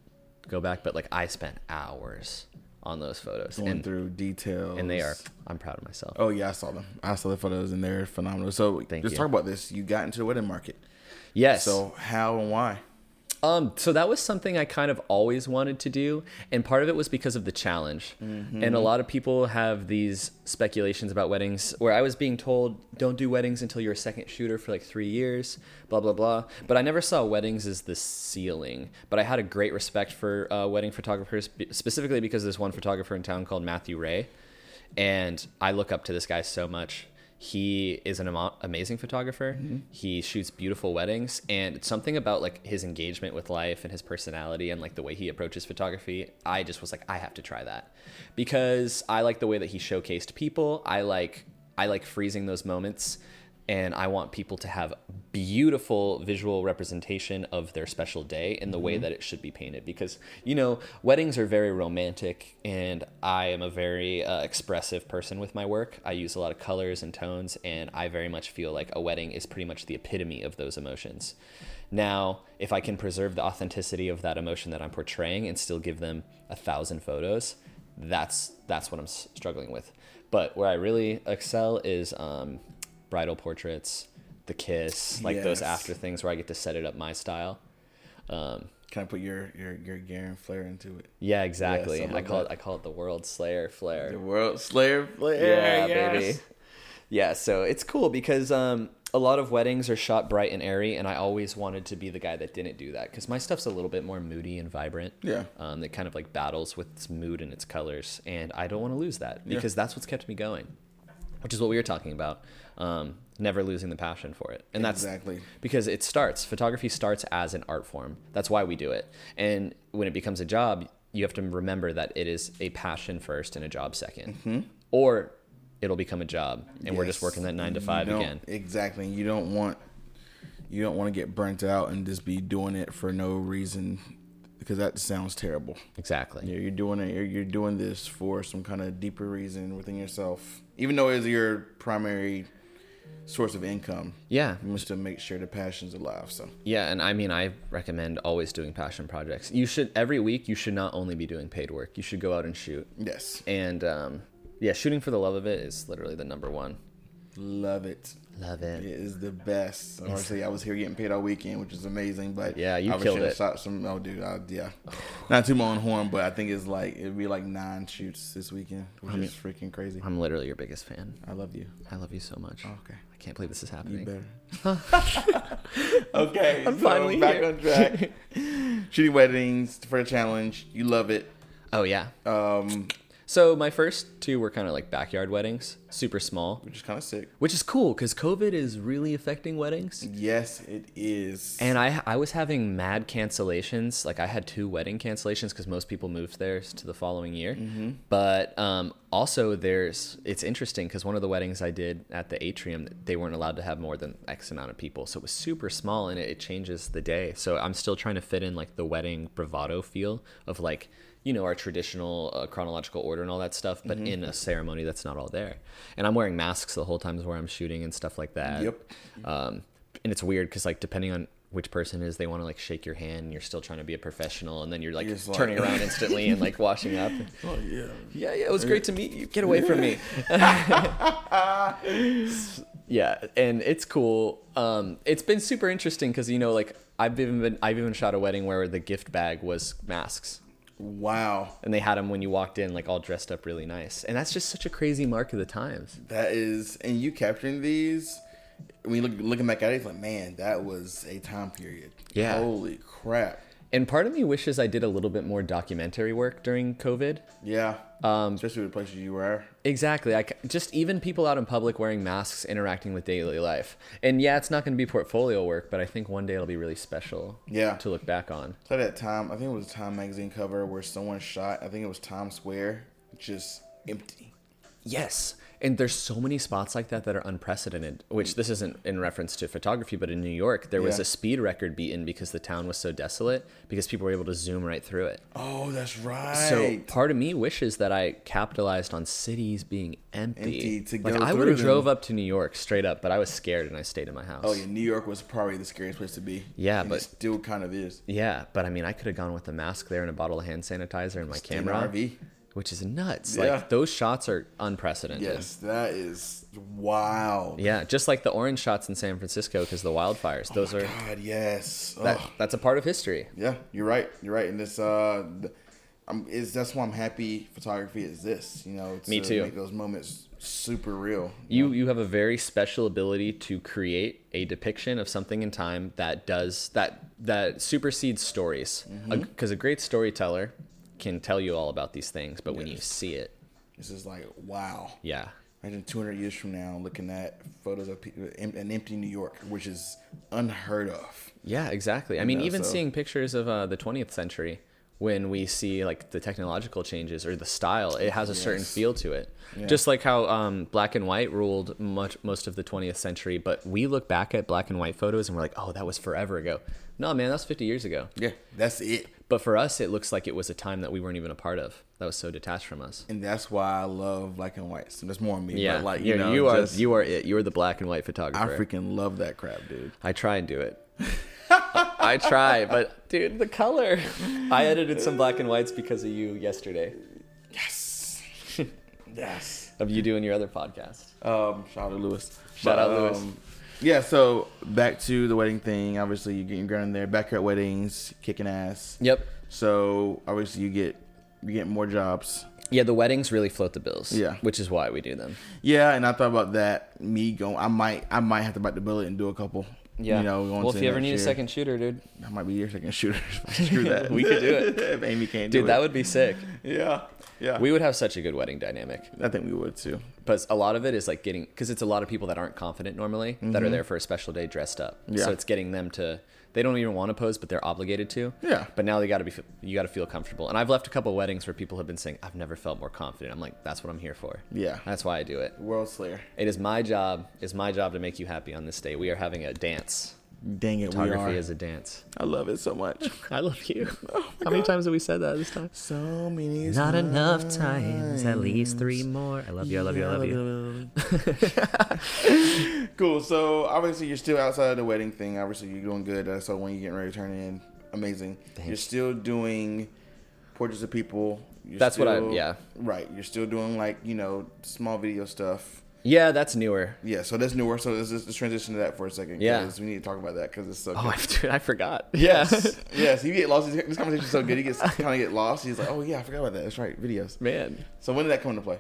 go back, but like I spent hours on those photos Going and through details, and they are I'm proud of myself. Oh yeah, I saw them. I saw the photos, and they're phenomenal. So Thank let's you. talk about this. You got into the wedding market. Yes. So how and why? Um, so that was something I kind of always wanted to do, and part of it was because of the challenge. And a lot of people have these speculations about weddings, where I was being told, "Don't do weddings until you're a second shooter for like three years," blah blah blah. But I never saw weddings as the ceiling. But I had a great respect for uh, wedding photographers, be- specifically because of this one photographer in town called Matthew Ray, and I look up to this guy so much he is an amo- amazing photographer. He shoots beautiful weddings, and it's something about like his engagement with life and his personality and like the way he approaches photography. I just was like, I have to try that because I like the way that he showcased people. I like I like freezing those moments and I want people to have beautiful visual representation of their special day in the way that it should be painted. Because, you know, weddings are very romantic, and I am a very uh, expressive person with my work. I use a lot of colors and tones, and I very much feel like a wedding is pretty much the epitome of those emotions. Now, if I can preserve the authenticity of that emotion that I'm portraying and still give them a thousand photos, that's that's what I'm s- struggling with. But where I really excel is um, bridal portraits, the kiss, like Yes. those after things where I get to set it up my style. Um, Kind of put your your your gear and flair into it. Yeah, exactly. Yes, I I, love call that. it I call it the world slayer flair. The world slayer flair. yeah, yes. baby. Yeah, so it's cool because um, a lot of weddings are shot bright and airy, and I always wanted to be the guy that didn't do that because my stuff's a little bit more moody and vibrant. Yeah. um, that kind of like battles with its mood and its colors, and I don't want to lose that because that's what's kept me going, which is what we were talking about. Um, never losing the passion for it, and that's Exactly. because it starts photography starts as an art form that's why we do it and when it becomes a job you have to remember that it is a passion first and a job 2nd or it'll become a job and we're just Mm-hmm. Yes. working that nine to five You don't- again Exactly. You don't want you don't want to get burnt out and just be doing it for no reason because that sounds terrible. exactly You're, you're doing it. You're, you're doing this for some kind of deeper reason within yourself, even though it's your primary source of income. yeah You must to make sure the passion's alive. So yeah and i mean i recommend always doing passion projects you should every week you should not only be doing paid work you should go out and shoot yes, and um, yeah shooting for the love of it is literally the number one love it. love it It is the best. Honestly, I was here getting paid all weekend, which is amazing. But Yeah, you I wish killed I it. Shot some. Oh, dude. I, yeah, not too my own horn, but I think it's like it'd be like nine shoots this weekend, which is freaking crazy. i'm literally your biggest fan I love you. i love you so much Okay. I can't believe this is happening. Oh. You better. okay, I'm (laughs) finally back here. on (laughs) track. Oh, Shooting weddings for a challenge. You love it. Oh yeah. Um, So my first two were kind of like backyard weddings, super small, which is kind of sick. which is cool because COVID is really affecting weddings. Yes, it is. And I I was having mad cancellations. Like I had two wedding cancellations because most people moved theirs to the following year. But um, also there's it's interesting because one of the weddings I did at the atrium they weren't allowed to have more than X amount of people, so it was super small and it, it changes the day. So I'm still trying to fit in like the wedding bravado feel of like you know our traditional uh, chronological order and all that stuff, but in a ceremony that's not all there. And I'm wearing masks the whole times where I'm shooting and stuff like that. Yep. Um, and it's weird because like depending on which person it is, they want to like shake your hand, and you're still trying to be a professional, and then you're like You're just like- turning around instantly and like (laughs) washing up. oh yeah. Yeah, yeah, it was great to meet you. Get away from me. (laughs) yeah, and it's cool. Um, it's been super interesting because you know like I've even been I've even shot a wedding where the gift bag was masks. Wow, And they had them when you walked in, like all dressed up really nice. And that's just such a crazy mark of the times. that is. And you capturing these. When you look looking back at it, it's like, man, that was a time period. Yeah. Holy crap. And part of me wishes I did a little bit more documentary work during COVID Yeah. Um, especially with places you were. Exactly. I c just even people out in public wearing masks, interacting with daily life. And yeah, it's not going to be portfolio work, but I think one day it'll be really special. Yeah. To look back on. So that time, I think it was a Time magazine cover where someone shot. I think it was Times Square, just empty. Yes. And there's so many spots like that that are unprecedented, which this isn't in reference to photography, but in New York, there was Yeah. a speed record beaten because the town was so desolate because people were able to zoom right through it. Oh, that's right. So part of me wishes that I capitalized on cities being empty. Empty to like go I through would have them. drove up to New York straight up, but I was scared and I stayed in my house. Oh yeah, New York was probably the scariest place to be. Yeah, And but- it still kind of is. Yeah, but I mean, I could have gone with a mask there and a bottle of hand sanitizer and my an camera, RV. which is nuts. Yeah. Like those shots are unprecedented. Yes, that is wild. Yeah, just like the orange shots in San Francisco because the wildfires. Those are Oh God, yes. that, Ugh. that's a part of history. Yeah, you're right. You're right. And this, uh, th- I'm, is that's why I'm happy photography exists. You know, Me to too. Make those moments super real. You you have a very special ability to create a depiction of something in time that does that that supersedes stories. Mm-hmm. Because a great storyteller can tell you all about these things, but when you see it, It's just like wow. yeah, Imagine 200 years from now, looking at photos of people, em- an empty New York, which is unheard of. Yeah, exactly. I mean, know, even so- seeing pictures of uh, the 20th century when we see like the technological changes or the style it has a certain feel to it just like how um, black and white ruled much most of the 20th century but we look back at black and white photos and we're like oh that was forever ago no man that's 50 years ago Yeah, that's it. but for us it looks like it was a time that we weren't even a part of that was so detached from us And that's why I love black and white. So there's more on me. yeah but like you You're- know, you are just- you are it you're the black and white photographer I freaking love that crap, dude. I try and do it. I try, but dude, the color. I edited some black and whites because of you yesterday, Yes. of you doing your other podcast. Um, shout out to Lewis. um, Shout out Lewis. yeah, so back to the wedding thing. Obviously, you get your ground there. Back at weddings, kicking ass. Yep. So obviously, you get you get more jobs. Yeah, the weddings really float the bills. Yeah. Which is why we do them. Yeah, and I thought about that. Me going, I might I might have to bite the bullet and do a couple. You know, going well, to if you ever next need a year. second shooter, dude. I might be your second shooter. (laughs) Screw that. We could do (laughs) it. if Amy can't do Dude, it. that would be sick. Yeah. Yeah. We would have such a good wedding dynamic. I think we would too. But a lot of it is like getting, because it's a lot of people that aren't confident normally that are there for a special day dressed up. Yeah. So it's getting them to, they don't even want to pose, but they're obligated to. Yeah. But now they got to be, you got to feel comfortable. And I've left a couple weddings where people have been saying, I've never felt more confident. I'm like, that's what I'm here for. Yeah. That's why I do it. World Slayer. It is my job, it's my job to make you happy on this day. We are having a dance. Dang it, we are. Photography is a dance. Oh I love it so much. I love (laughs) you. How many times have we said that this time? (laughs) So many. Not enough times, at least three more. I love you, I love you, I love you. cool. So obviously you're still outside of the wedding thing. Obviously you're doing good. Uh, so when you're getting ready to turn it in, amazing. You're still doing portraits of people. You're That's what I- still- yeah. Right. You're still doing like you know small video stuff. Yeah, that's newer. Yeah. So that's newer. So let's just transition to that for a second. Yeah. 'cause We need to talk about that because it's so. Oh, (laughs) good. I, dude, I forgot. (laughs) Yes. yes. You get lost. This conversation's so good. He gets kind of get lost. He's like, oh yeah, I forgot about that. That's right. Videos. (laughs) Man. So when did that come into play?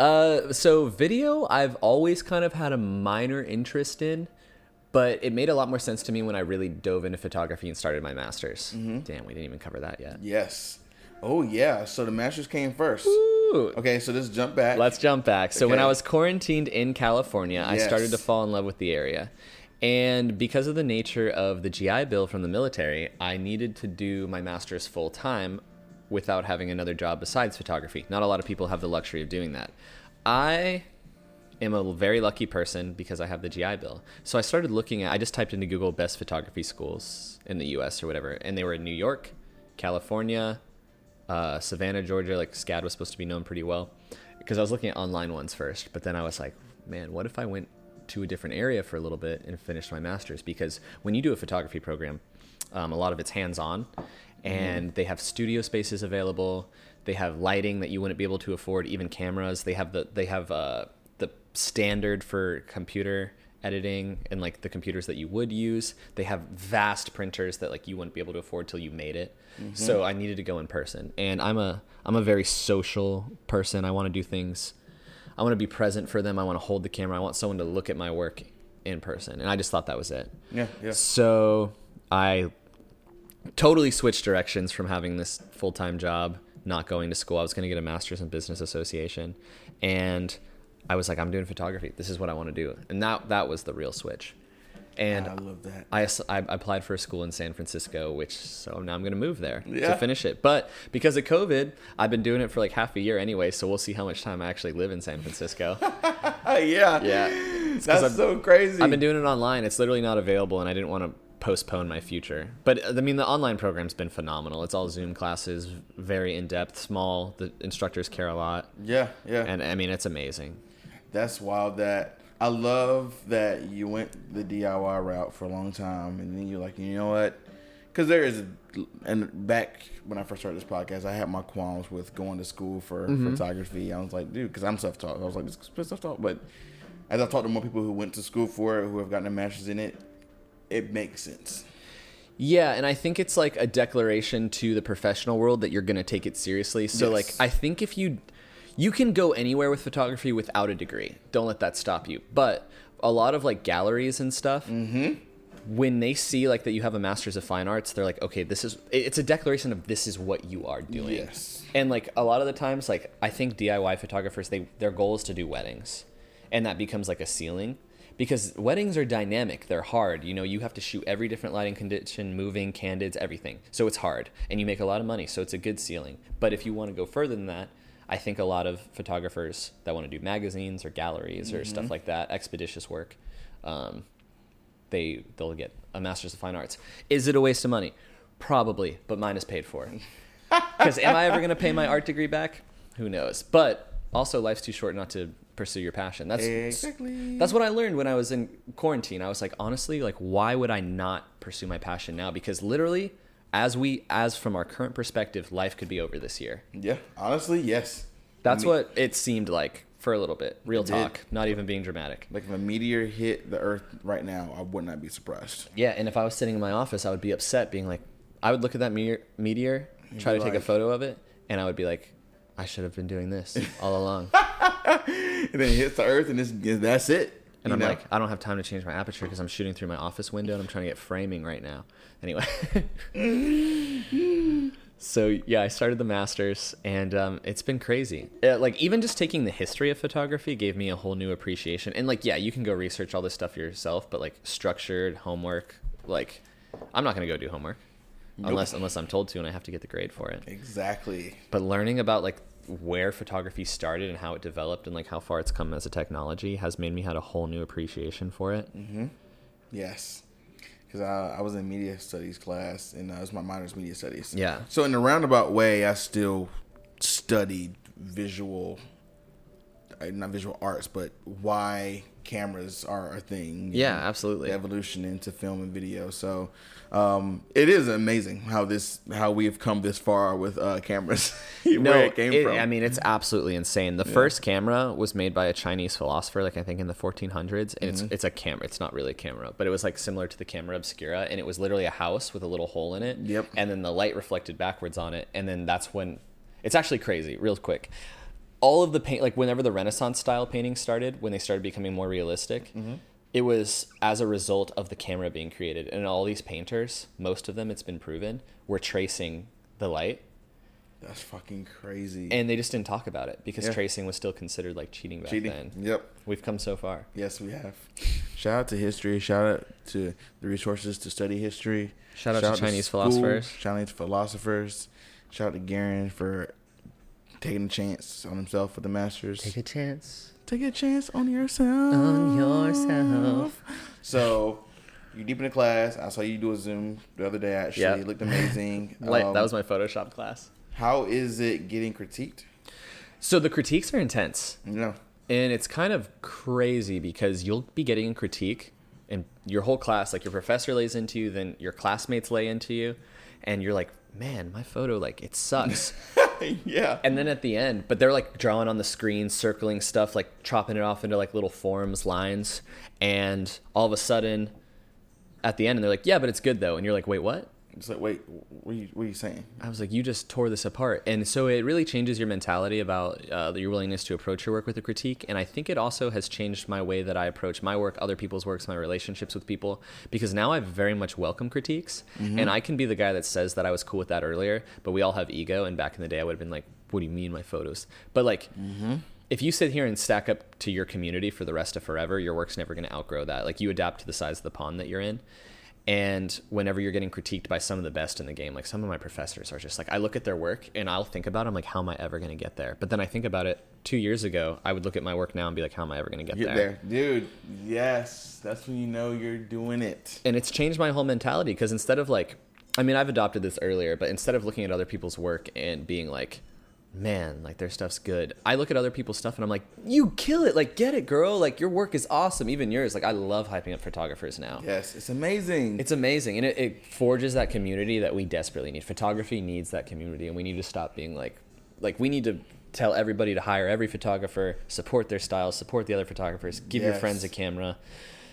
Uh, so video, I've always kind of had a minor interest in, but it made a lot more sense to me when I really dove into photography and started my master's. Damn, we didn't even cover that yet. Yes. Oh yeah. So the masters came first. Ooh. Okay. So let's jump back. Let's jump back. So when Okay. I was quarantined in California, I Yes. started to fall in love with the area. And because of the nature of the GI Bill from the military, I needed to do my master's full time without having another job besides photography. Not a lot of people have the luxury of doing that. I am a very lucky person because I have the GI Bill. So I started looking at, I just typed into Google best photography schools in the US or whatever, and they were in New York, California, uh, Savannah, Georgia. Like SCAD was supposed to be known pretty well because I was looking at online ones first, but then I was like, man, what if I went to a different area for a little bit and finished my master's? Because when you do a photography program, um, a lot of it's hands on and they have studio spaces available. They have lighting that you wouldn't be able to afford, even cameras. They have the, they have, uh, the standard for computer editing and like the computers that you would use they have vast printers that like you wouldn't be able to afford till you made it so i needed to go in person and i'm a i'm a very social person i want to do things i want to be present for them i want to hold the camera i want someone to look at my work in person and i just thought that was it Yeah. Yeah. so I totally switched directions from having this full time job, not going to school. I was going to get a master's in business association, and I was like, I'm doing photography. This is what I want to do, and that that was the real switch. And I love (laughs) that. I, ass- I applied for a school in San Francisco, which so now I'm going to move there Yeah. to finish it. But because of COVID, I've been doing it for like half a year anyway, so we'll see how much time I actually live in San Francisco. Ah, yeah. yeah. That's so crazy. I've been doing it online. It's literally not available, and I didn't want to postpone my future. But uh, I mean, the online program's been phenomenal. It's all Zoom classes, very in depth, small. The instructors care a lot, yeah. Yeah. and I mean, it's amazing. That's wild. That I love that you went the DIY route for a long time, and then you're like, you know what? Because there is, and back when I first started this podcast, I had my qualms with going to school for Mm-hmm. photography. I was like, dude, because I'm self-taught. I was like, this is self-taught. But as I talked to more people who went to school for it, who have gotten a master's in it, it makes sense. Yeah, and I think it's like a declaration to the professional world that you're going to take it seriously. So Yes. like I think if you you can go anywhere with photography without a degree. Don't let that stop you. But a lot of like galleries and stuff, Mm-hmm. when they see like that you have a master's of fine arts, they're like, "Okay, this is it- it's a declaration of this is what you are doing." Yes. And like a lot of the times like I think DIY photographers they their goal is to do weddings. And that becomes like a ceiling. because weddings are dynamic they're hard you know you have to shoot every different lighting condition moving candids everything so it's hard and you make a lot of money so it's a good ceiling but if you want to go further than that i think a lot of photographers that want to do magazines or galleries or stuff like that expeditious work um, they they'll get a master's of fine arts is it a waste of money probably but mine is (laughs) paid for because am I ever going to pay my art degree back? Who knows? But also, life's too short not to pursue your passion. That's Exactly. That's what I learned when I was in quarantine. I was like, honestly, like, why would I not pursue my passion now? Because literally, as we, as from our current perspective, life could be over this year. Yeah, honestly, yes. That's Me- what it seemed like for a little bit. Real talk, not even being dramatic. Like if a meteor hit the Earth right now, I would not be surprised. Yeah, and if I was sitting in my office, I would be upset, being like, I would look at that meteor, meteor try be to take a like- photo of it, and I would be like, I should have been doing this all (laughs) along. And then it hits the Earth, and it's, that's it. And you I'm know? like, I don't have time to change my aperture because I'm shooting through my office window and I'm trying to get framing right now. Anyway. (laughs) so, yeah, I started the master's and um, it's been crazy. Uh, like, even just taking the history of photography gave me a whole new appreciation. And, like, yeah, you can go research all this stuff yourself, but, like, structured homework, like, I'm not going to go do homework. Unless, unless I'm told to and I have to get the grade for it exactly. but learning about like where photography started and how it developed and like how far it's come as a technology has made me had a whole new appreciation for it Yes. Because I, I was in media studies class, and uh, it was my minor's media studies. Yeah. So in a roundabout way, I still studied visual, uh, not visual arts, but why cameras are a thing. Yeah, and absolutely. The evolution into film and video. So um, it is amazing how this, how we have come this far with uh, cameras. (laughs) where it came it- from. i mean it's absolutely insane the first camera was made by a chinese philosopher like i think in the 1400s and it's Mm-hmm. it's a camera it's not really a camera but it was like similar to the camera obscura and it was literally a house with a little hole in it Yep. and then the light reflected backwards on it and then that's when it's actually crazy real quick all of the paint like whenever the renaissance style painting started when they started becoming more realistic Mm-hmm. it was as a result of the camera being created and all these painters most of them it's been proven were tracing the light that's fucking crazy. and they just didn't talk about it because Yeah. tracing was still considered like cheating back cheating. then. Yep. We've come so far. Yes, we have. Shout out to history. Shout out to the resources to study history. Shout out to Chinese philosophers. Chinese philosophers. Shout out to Garen for taking a chance on himself with the masters. Take a, chance. chance on yourself. On yourself. Mm-hmm. So, you deep in the class. I saw you do a Zoom the other day. Actually, Yeah. it looked amazing. (laughs) Like Um, that was my Photoshop class. How is it getting critiqued? So the critiques are intense, You know, and it's kind of crazy because you'll be getting a critique, and your whole class, like your professor lays into you, then your classmates lay into you, and you're like, man, my photo, like (laughs) it sucks. yeah. and then at the end, but they're like drawing on the screen, circling stuff, like chopping it off into like little forms, lines, and all of a sudden, at the end, and they're like, "Yeah, but it's good though," and you're like, "Wait, what?" It's like, wait, what are you, what are you saying? I was like, "You just tore this apart," and so it really changes your mentality about uh, your willingness to approach your work with a critique, and I think it also has changed my way that I approach my work, other people's works, my relationships with people, because now I very much welcome critiques, and I can be the guy that says that I was cool with that earlier, but we all have ego, and back in the day, I would have been like, "What do you mean my photos?" But like if you sit here and stack up to your community for the rest of forever, your work's never going to outgrow that. Like you adapt to the size of the pond that you're in. And whenever you're getting critiqued by some of the best in the game, like some of my professors are just like, I look at their work and I'll think about, it, I'm like, how am I ever going to get there? But then I think about it two years ago, I would look at my work now and be like, how am I ever going to get, Get there? there, dude. Yes, that's when you know you're doing it. and it's changed my whole mentality because instead of like i mean i've adopted this earlier but instead of looking at other people's work and being like man like their stuff's good i look at other people's stuff and i'm like you kill it like get it girl like your work is awesome even yours like i love hyping up photographers now Yes, it's amazing. it's amazing and it, it forges that community that we desperately need photography needs that community and we need to stop being like like we need to tell everybody to hire every photographer support their styles support the other photographers give your Yes. friends a camera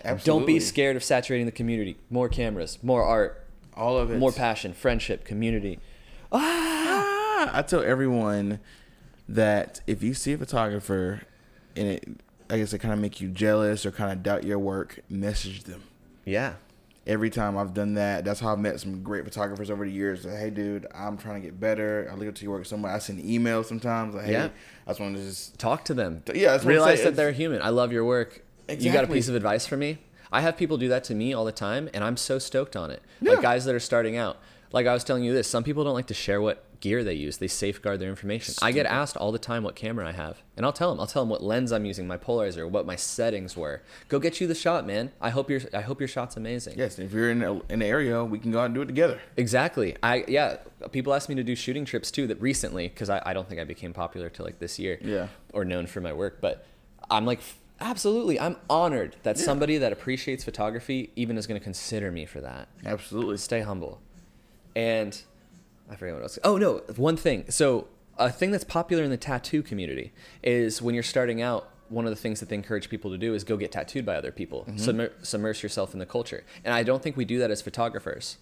don't Absolutely. be scared of saturating the community more cameras more art All of it. more passion friendship community Ah, I tell everyone that if you see a photographer and it, I guess, it kind of make you jealous or kind of doubt your work, message them. yeah Every time I've done that, that's how I've met some great photographers over the years. Like, hey, dude, I'm trying to get better. I look up to your work somewhere. I send emails sometimes. Like, hey, Yeah. I just want to just talk to them Yeah, that's what I'm realize saying. that they're human i love your work You got a Exactly. piece of advice for me? I have people do that to me all the time, and I'm so stoked on it. Yeah. Like guys that are starting out. Like I was telling you this, some people don't like to share what gear they use. They safeguard their information. I get asked all the time what camera I have, and I'll tell them. I'll tell them what lens I'm using, my polarizer, what my settings were. Go get you the shot, man. I hope your I hope your shot's amazing. Yes, if you're in a, in the area, we can go out and do it together. Exactly. I yeah. People ask me to do shooting trips too. That recently, because I, I don't think I became popular till like this year. Yeah. Or known for my work, but I'm like f- absolutely. I'm honored that somebody that appreciates photography even is going to consider me for that. Absolutely. Stay humble. And I forget what else. Oh no, one thing. So a thing that's popular in the tattoo community is when you're starting out. One of the things that they encourage people to do is go get tattooed by other people. Submer- submerge yourself in the culture. And I don't think we do that as photographers.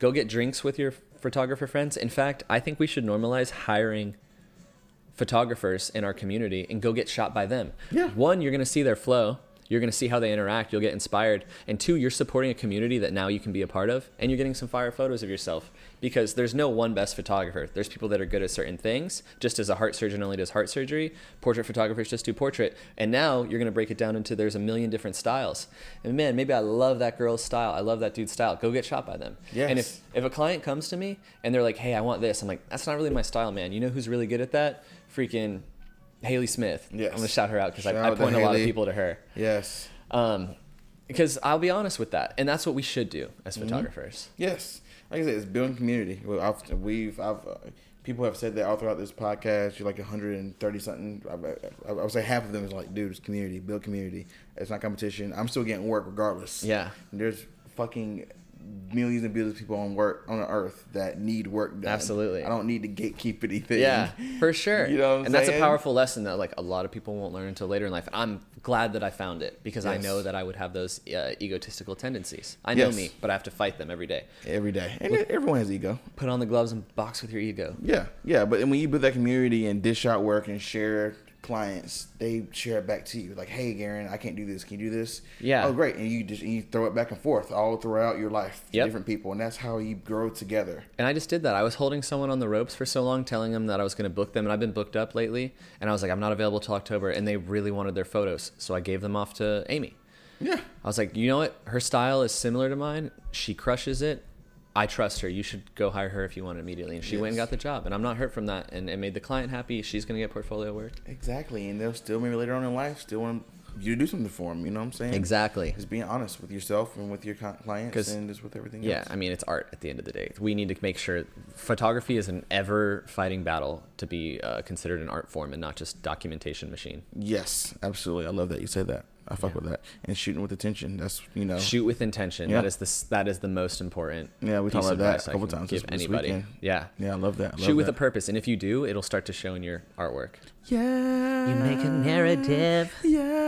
Go get drinks with your photographer friends. In fact, I think we should normalize hiring photographers in our community and go get shot by them. Yeah. One, you're going to see their flow. You're going to see how they interact. You'll get inspired. And two, you're supporting a community that now you can be a part of and you're getting some fire photos of yourself because there's no one best photographer. There's people that are good at certain things, just as a heart surgeon only does heart surgery, portrait photographers just do portrait. And now you're going to break it down into there's a million different styles. And man, maybe I love that girl's style. I love that dude's style. Go get shot by them. And Yes. if if a client comes to me and they're like, "Hey, I want this," I'm like, "That's not really my style, man." You know who's really good at that? Freaking Haley Smith. Yes. I'm gonna shout her out because Shout I, I out to point a lot of Haley. people to her. Yes. Um, because I'll be honest with that, and that's what we should do as Mm-hmm. photographers. Yes, like I said, it's building community. Well, I've, we've, I've, uh, people have said that all throughout this podcast. You're like 130 something. I, I, I would say half of them is like, dude, it's community, build community. It's not competition. I'm still getting work regardless. Yeah. And there's fucking millions and billions of people on work on the earth that need work done. Absolutely. I don't need to gatekeep anything. Yeah, (laughs) for sure. You know what I'm and that's a saying? powerful lesson that like a lot of people won't learn until later in life. I'm glad that I found it because I Yes. know that I would have those uh, egotistical tendencies. I know Yes. me, but I have to fight them every day. (laughs) Every day, and everyone has ego. Put on the gloves and box with your ego. Yeah, yeah, but when you build that community and dish out work and share clients, they share it back to you. Like, hey, Garen, I can't do this. Can you do this? Yeah. Oh, great. And you just and you throw it back and forth all throughout your life to Yep. different people, and that's how you grow together. And I just did that. I was holding someone on the ropes for so long, telling them that I was going to book them, and I've been booked up lately. And I was like, I'm not available till October, and they really wanted their photos, so I gave them off to Amy. Yeah. I was like, you know what? Her style is similar to mine. She crushes it. I trust her. You should go hire her if you want immediately. And she went and Yes. got the job, and I'm not hurt from that. And it made the client happy. She's going to get portfolio work. Exactly. And they'll still maybe later on in life still want you to do something for them. You know what I'm saying? Exactly. Just being honest with yourself and with your con- clients 'Cause- and just with everything. Yeah, else. I mean, it's art at the end of the day. We need to make sure photography is an ever fighting battle to be uh, considered an art form and not just documentation machine. Yes, absolutely. I love that you said that. I fuck with that. And shooting with attention. That's you know. shoot with intention. Oh. Yeah. That is the s- that is the most important. Yeah, we piece talked of about that advice a I couple can times Give this- this anybody. weekend. yeah. Yeah, I love that. I Shoot love with that. a purpose, and if you do, it'll start to show in your artwork. Yeah. You make a narrative,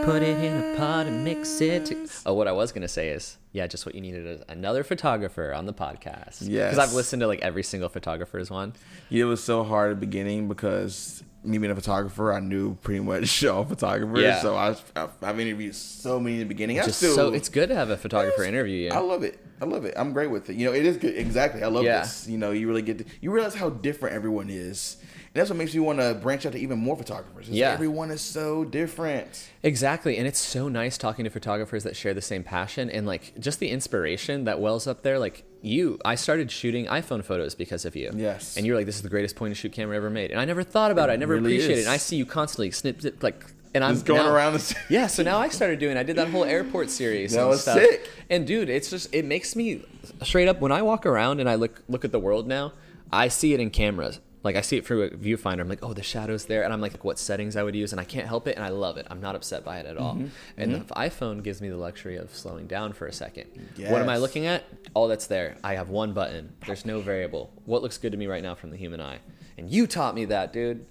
put it in a pot and mix it. to- Oh, what I was gonna say is, yeah, just what you needed is another photographer on the podcast. because Yes. I've listened to like every single photographer's one. It was so hard at the beginning because me being a photographer, I knew pretty much (laughs) all photographers. Yeah. So I, I, I've interviewed so many in the beginning. I Just still, so it's good to have a photographer Yes. interview you. I love it. I love it. I'm great with it. You know, it is good. Exactly. I love Yeah. this. You know, you really get to, you realize how different everyone is, and that's what makes you want to branch out to even more photographers. It's Yeah. everyone is so different. Exactly. And it's so nice talking to photographers that share the same passion and like just the inspiration that wells up there. Like you, I started shooting iPhone photos because of you. Yes. And you're like, this is the greatest point and shoot camera ever made. And I never thought about it. I never really appreciated is. it. And I see you constantly snip, zip, like, and I'm Just going now- around the- yeah. So now I started doing, I did that whole airport series. That and was stuff. sick. And dude, it's just, it makes me straight up when I walk around and I look, look at the world now, I see it in cameras. Like I see it through a viewfinder. I'm like, oh, the shadow's there, and I'm like, what settings I would use, and I can't help it, and I love it. I'm not upset by it at all. Mm-hmm. And the iPhone gives me the luxury of slowing down for a second. What am I Yes. looking at? All that's there. I have one button. There's no variable. What looks good to me right now from the human eye? And you taught me that, dude.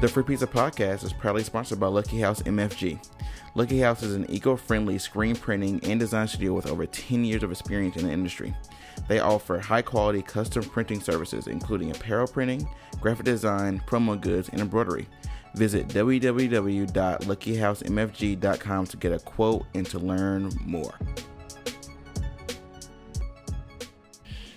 The Free Pizza Podcast is proudly sponsored by Lucky House MFG. Lucky House is an eco friendly screen printing and design studio with over 10 years of experience in the industry. They offer high quality custom printing services, including apparel printing, graphic design, promo goods, and embroidery. Visit www.luckyhousemfg.com to get a quote and to learn more.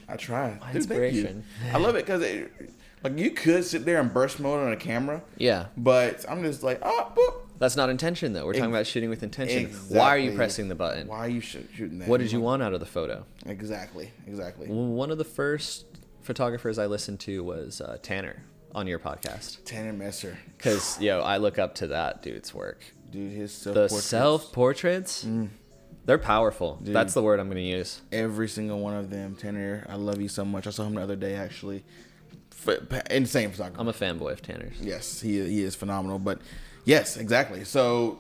I try. Dude, thank you. Inspiration. I love it because it, like you could sit there and burst mode on a camera, Yeah. but I'm just like, oh, boop, That's not intention though. We're talking Ex- about shooting with intention. Why are you Exactly. pressing the button? Why are you shoo- shooting that? What did you want out of the photo? Exactly. Exactly. One of the first photographers I listened to was uh, Tanner on your podcast. Tanner Messer, Because, (sighs) yo, I look up to that dude's work. dude, his self The self portraits, Mm. they're powerful. That's the word I'm going to use. every single one of them. Tanner, I love you so much. I saw him the other day actually. F- pa- insane photographer. I'm a fanboy of Tanner's. Yes, he he is phenomenal. But yes, exactly. So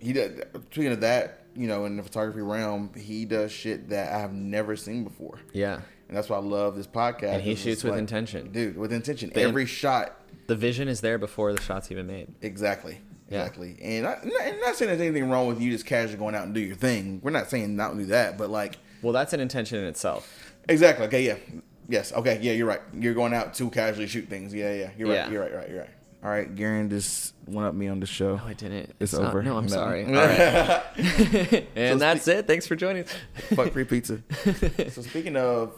he did. Speaking of that, you know, in the photography realm, he does shit that I have never seen before. Yeah. and that's why I love this podcast. And he is it's shoots with intention. dude. With intention, The- every shot. The vision is there before the shot's even made. Exactly. Yeah. Exactly. And, I, and not- and not saying there's anything wrong with you just casually going out and do your thing. We're not saying not do that, but like, Well, that's an intention in itself. exactly. Okay. Yeah. Yes. Okay. Yeah. You're right. You're going out to casually shoot things. Yeah. Yeah. You're Yeah. right. You're right. You're right. You're right. All right. Garen just went up me on the show. No, I didn't. It's not- over. no, I'm No. sorry. (laughs) All right. (laughs) and that's it. Thanks for joining. Fuck free (laughs) pizza. so speaking of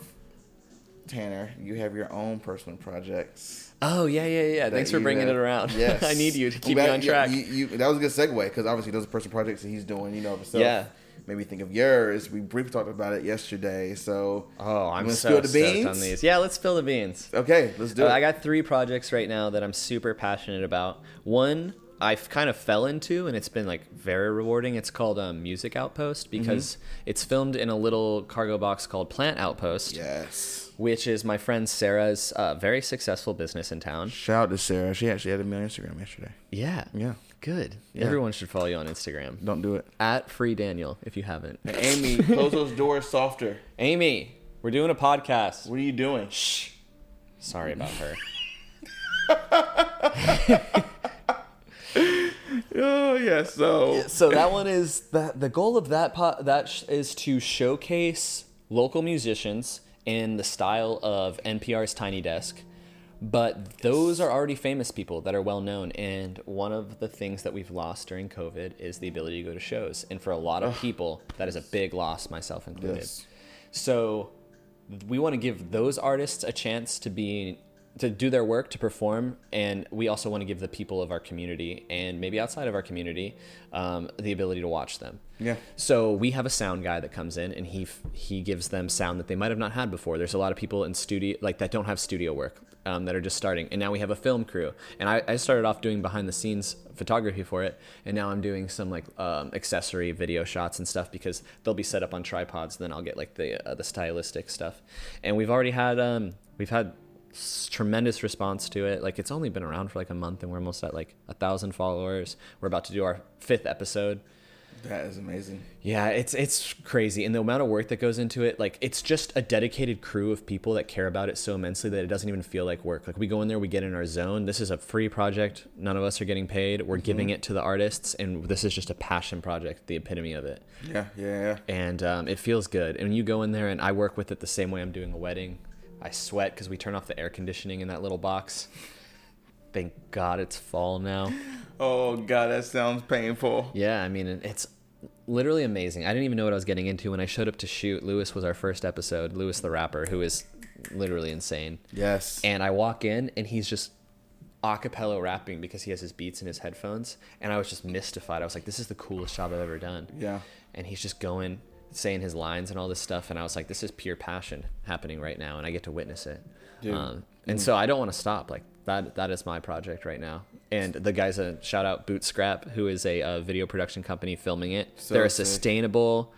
Tanner, you have your own personal projects. Oh, yeah, yeah, yeah. Thanks that for you bringing have- it around. (laughs) Yes, I need you to keep Well, me that- on yeah, track. you- you- that was a good segue because obviously those are personal projects that he's doing. You know, of himself. Yeah. Made me think of yours. We briefly talked about it yesterday. So Oh, you I'm wanna so stoked on these. Yeah, let's spill the beans. Okay, let's do Uh, it. I got three projects right now that I'm super passionate about. One I've kind of fell into, and it's been like very rewarding. It's called um, Music Outpost Mm-hmm. because it's filmed in a little cargo box called Plant Outpost, yes. which is my friend Sarah's uh, very successful business in town. Shout out to Sarah. She actually added me on Instagram yesterday. Yeah. Yeah. Good. Everyone should follow you on Instagram Don't do it. at Free Daniel if you haven't. And Amy, close those doors softer. Amy, we're doing a podcast. What are you doing? Shh. Sorry about her. Oh yeah. So (laughs) so that one is that the goal of that pot that sh- is to showcase local musicians in the style of NPR's Tiny Desk. But those are already famous people that are well known. And one of the things that we've lost during COVID is the ability to go to shows. And for a lot of people, that is a big loss, myself included. Yes. So we want to give those artists a chance to be to do their work to perform and we also want to give the people of our community and maybe outside of our community um, the ability to watch them Yeah. so we have a sound guy that comes in and he f- he gives them sound that they might have not had before there's a lot of people in studio like that don't have studio work um, that are just starting and now we have a film crew and I, I started off doing behind the scenes photography for it and now i'm doing some like um, accessory video shots and stuff because they'll be set up on tripods and then i'll get like the uh, the stylistic stuff and we've already had um we've had s- tremendous response to it like it's only been around for like a month and we're almost at like a thousand followers we're about to do our fifth episode that is amazing. yeah, it's it's crazy, and the amount of work that goes into it, like it's just a dedicated crew of people that care about it so immensely that it doesn't even feel like work. Like we go in there, we get in our zone. This is a free project; none of us are getting paid. We're giving it to the artists, and this is just a passion project, the epitome of it. Yeah. Yeah. Yeah. And um, it feels good. And you go in there, and I work with it the same way I'm doing a wedding. I sweat because we turn off the air conditioning in that little box. Thank God it's fall now. Oh god, that sounds painful. Yeah, I mean, and it's literally amazing. I didn't even know what I was getting into when I showed up to shoot. Lewis was our first episode, Lewis the rapper, who is literally insane. Yes. And I walk in and he's just a cappella rapping because he has his beats in his headphones. And I was just mystified. I was like, this is the coolest job I've ever done. Yeah. And he's just going, saying his lines and all this stuff. And I was like, this is pure passion happening right now. And I get to witness it. Dude. Um, and so I don't want to stop. Like, that, that is my project right now. And the guy's a shout out Boot Scrap, who is a, uh video production company filming it. So They're a sick. sustainable,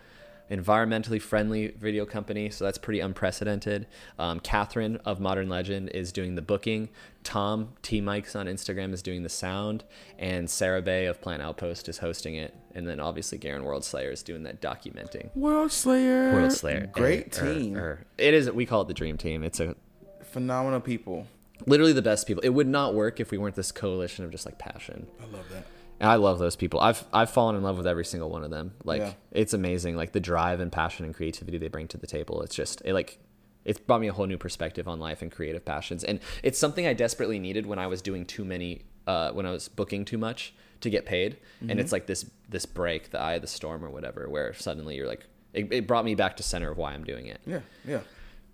environmentally friendly video company, so that's pretty unprecedented. Um, Catherine of Modern Legend is doing the booking. Tom T Mikes on Instagram is doing the sound, and Sarah Bay of Plant Outpost is hosting it, and then obviously Garen World Slayer is doing that documenting. World Slayer. World Slayer, Great er, er, team. er. It is. We call it the Dream Team. It's a Phenomenal people. literally the best people. It would not work if we weren't this coalition of just like passion. I love that. And I love those people. I've I've fallen in love with every single one of them. Like Yeah. it's amazing. Like the drive and passion and creativity they bring to the table. It's just it like it's brought me a whole new perspective on life and creative passions. And it's something I desperately needed when I was doing too many uh, when I was booking too much to get paid. And it's like this this break, the eye of the storm or whatever, where suddenly you're like it, it brought me back to center of why I'm doing it. Yeah. Yeah.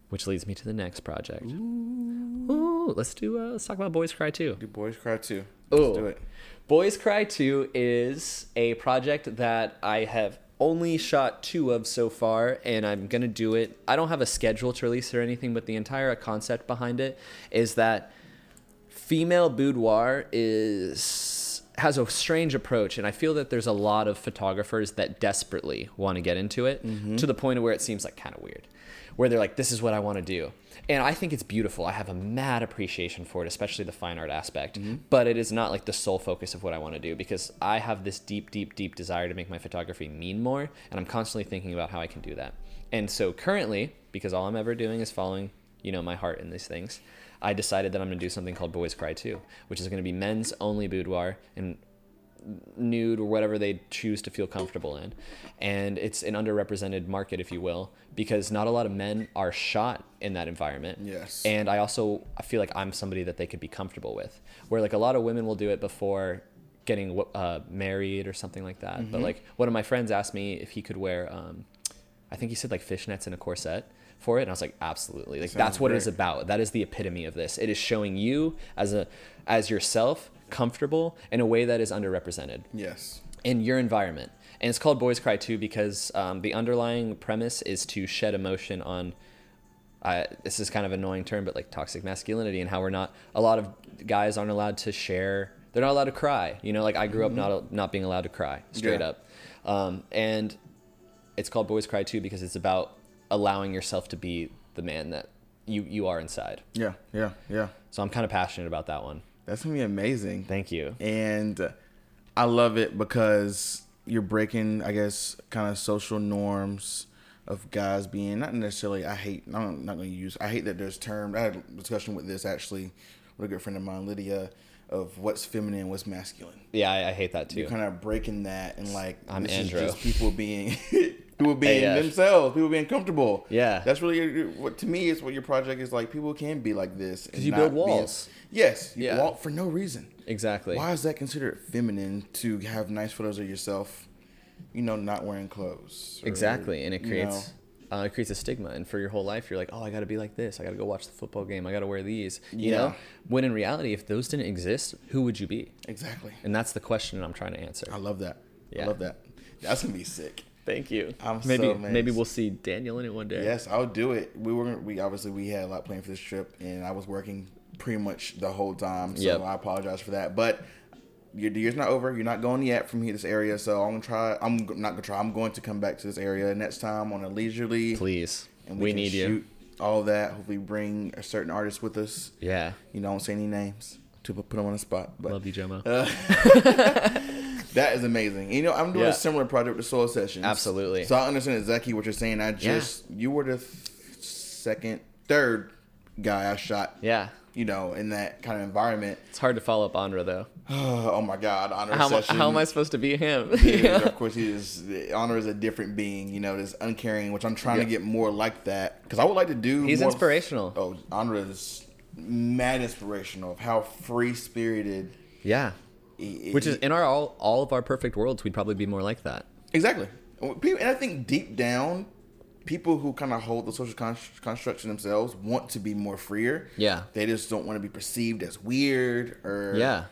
Which leads me to the next project. Ooh, let's do uh, let's talk about Boys Cry too. Do boys cry too? Ooh. do it. Boys Cry 2 is a project that I have only shot two of so far, and I'm going to do it. I don't have a schedule to release or anything, but the entire concept behind it is that female boudoir is has a strange approach and i feel that there's a lot of photographers that desperately want to get into it to the point of where it seems like kind of weird where they're like this is what i want to do and i think it's beautiful i have a mad appreciation for it especially the fine art aspect but it is not like the sole focus of what i want to do because i have this deep deep deep desire to make my photography mean more and i'm constantly thinking about how i can do that and so currently because all i'm ever doing is following you know my heart in these things i decided that i'm going to do something called boys cry 2 which is going to be men's only boudoir and nude or whatever they choose to feel comfortable in and it's an underrepresented market if you will because not a lot of men are shot in that environment Yes. and i also i feel like i'm somebody that they could be comfortable with where like a lot of women will do it before getting wh- uh, married or something like that but like one of my friends asked me if he could wear um, I think he said like fishnets and a corset for it, and I was like, absolutely, like that's what it is great. about. That is the epitome of this. It is showing you as a as yourself comfortable in a way that is underrepresented Yes. in your environment. And it's called Boys Cry 2 because um, the underlying premise is to shed emotion on. Uh, this is kind of an annoying term, but like toxic masculinity and how we're not a lot of guys aren't allowed to share. They're not allowed to cry. You know, like I grew up not not being allowed to cry Mm-hmm. straight Yeah. up, um, and it's called Boys Cry 2 because it's about allowing yourself to be the man that you you are inside. Yeah. Yeah. Yeah. So I'm kind of passionate about that one. That's gonna be amazing. Thank you. and I love it because you're breaking, I guess, kind of social norms of guys being not necessarily. I hate. I'm not going to use. I hate that there's term. I had a discussion with this actually with a good friend of mine, Lydia, of what's feminine, what's masculine. Yeah, I, I hate that too. Kind of breaking that and like I'm this Andro. is just people (laughs) being (laughs) people being AF. themselves, people being comfortable. Yeah. that's really your- your- what to me is what your project is like. People can be like this because you build walls. yes, you Yeah. walk for no reason. Exactly. Why is that considered feminine to have nice photos of yourself, you know, not wearing clothes? or, Exactly, and it you know, creates uh, it creates a stigma, and for your whole life, you're like, oh, I got to be like this. I got to go watch the football game. I got to wear these. You know, Yeah. when in reality, if those didn't exist, who would you be? exactly. And that's the question I'm trying to answer. I love that. I Yeah. love that. That's gonna be sick. Thank you. I'm maybe so amazed. maybe we'll see Daniel in it one day. Yes, I'll do it. We were we obviously we had a lot planned for this trip, and I was working pretty much the whole time. So Yep. I apologize for that, but. Your year's not over. You're not going yet from here, this area. So I'm gonna try. I'm g- not gonna try. I'm going to come back to this area next time on a leisurely. Please, and we, can need you. shoot All that. Hopefully, bring a certain artist with us. Yeah. You know, I won't say any names to put them on the spot. But Love you, Jomo. Uh. that is amazing. You know, I'm doing Yeah. a similar project with Soul Sessions. Absolutely. So I understand exactly what you're saying. I just you were the th- second, third guy I shot. yeah. You know, in that kind of (sighs) environment. It's hard to follow up Andra though. Oh, oh my God, honor How, am I- session. how am I supposed to be (laughs) him? is, Of course, he is. Honor is a different being, you know, this uncaring, which I'm trying to get more like that because I would like to do. He's more- inspirational. Oh, Honor is mad inspirational of how free spirited. (laughs) yeah. he- Which is he- in our all, all of our perfect worlds, we'd probably be more like that. exactly. People- And I think deep down, people who kind of hold the social con- construction themselves want to be more freer. Yeah. they just don't want to be perceived as weird or Yeah.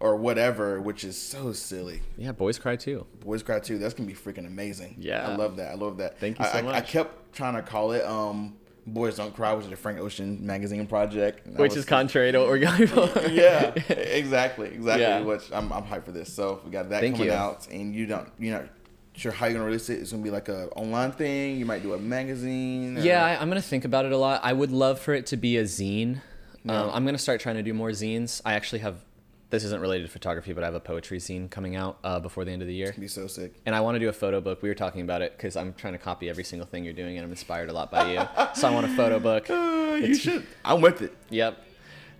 or whatever, which is so silly. Yeah, boys cry too. Boys Cry 2, that's gonna be freaking amazing. Yeah. I love that. I love that. Thank you I- so I, I much. kept trying to call it um Boys Don't Cry, which is a Frank Ocean magazine project. and I Which was- is contrary to what we're going for. (laughs) (laughs) Yeah, exactly, exactly. Yeah. Which I'm, I'm hyped for this. So we got that Thank coming you. out, and you don't, you're not sure how you're gonna release it. It's gonna be like a online thing. You might do a magazine. or- Yeah, I, I'm gonna think about it a lot. I would love for it to be a zine. Um, I'm gonna start trying to do more zines. I actually have. This isn't related to photography, but I have a poetry zine coming out uh, before the end of the year. It'd be so sick. And I want to do a photo book. We were talking about it because I'm trying to copy every single thing you're doing, and I'm inspired a lot by you. so I want a photo book. Uh, you should. I'm with it. Yep.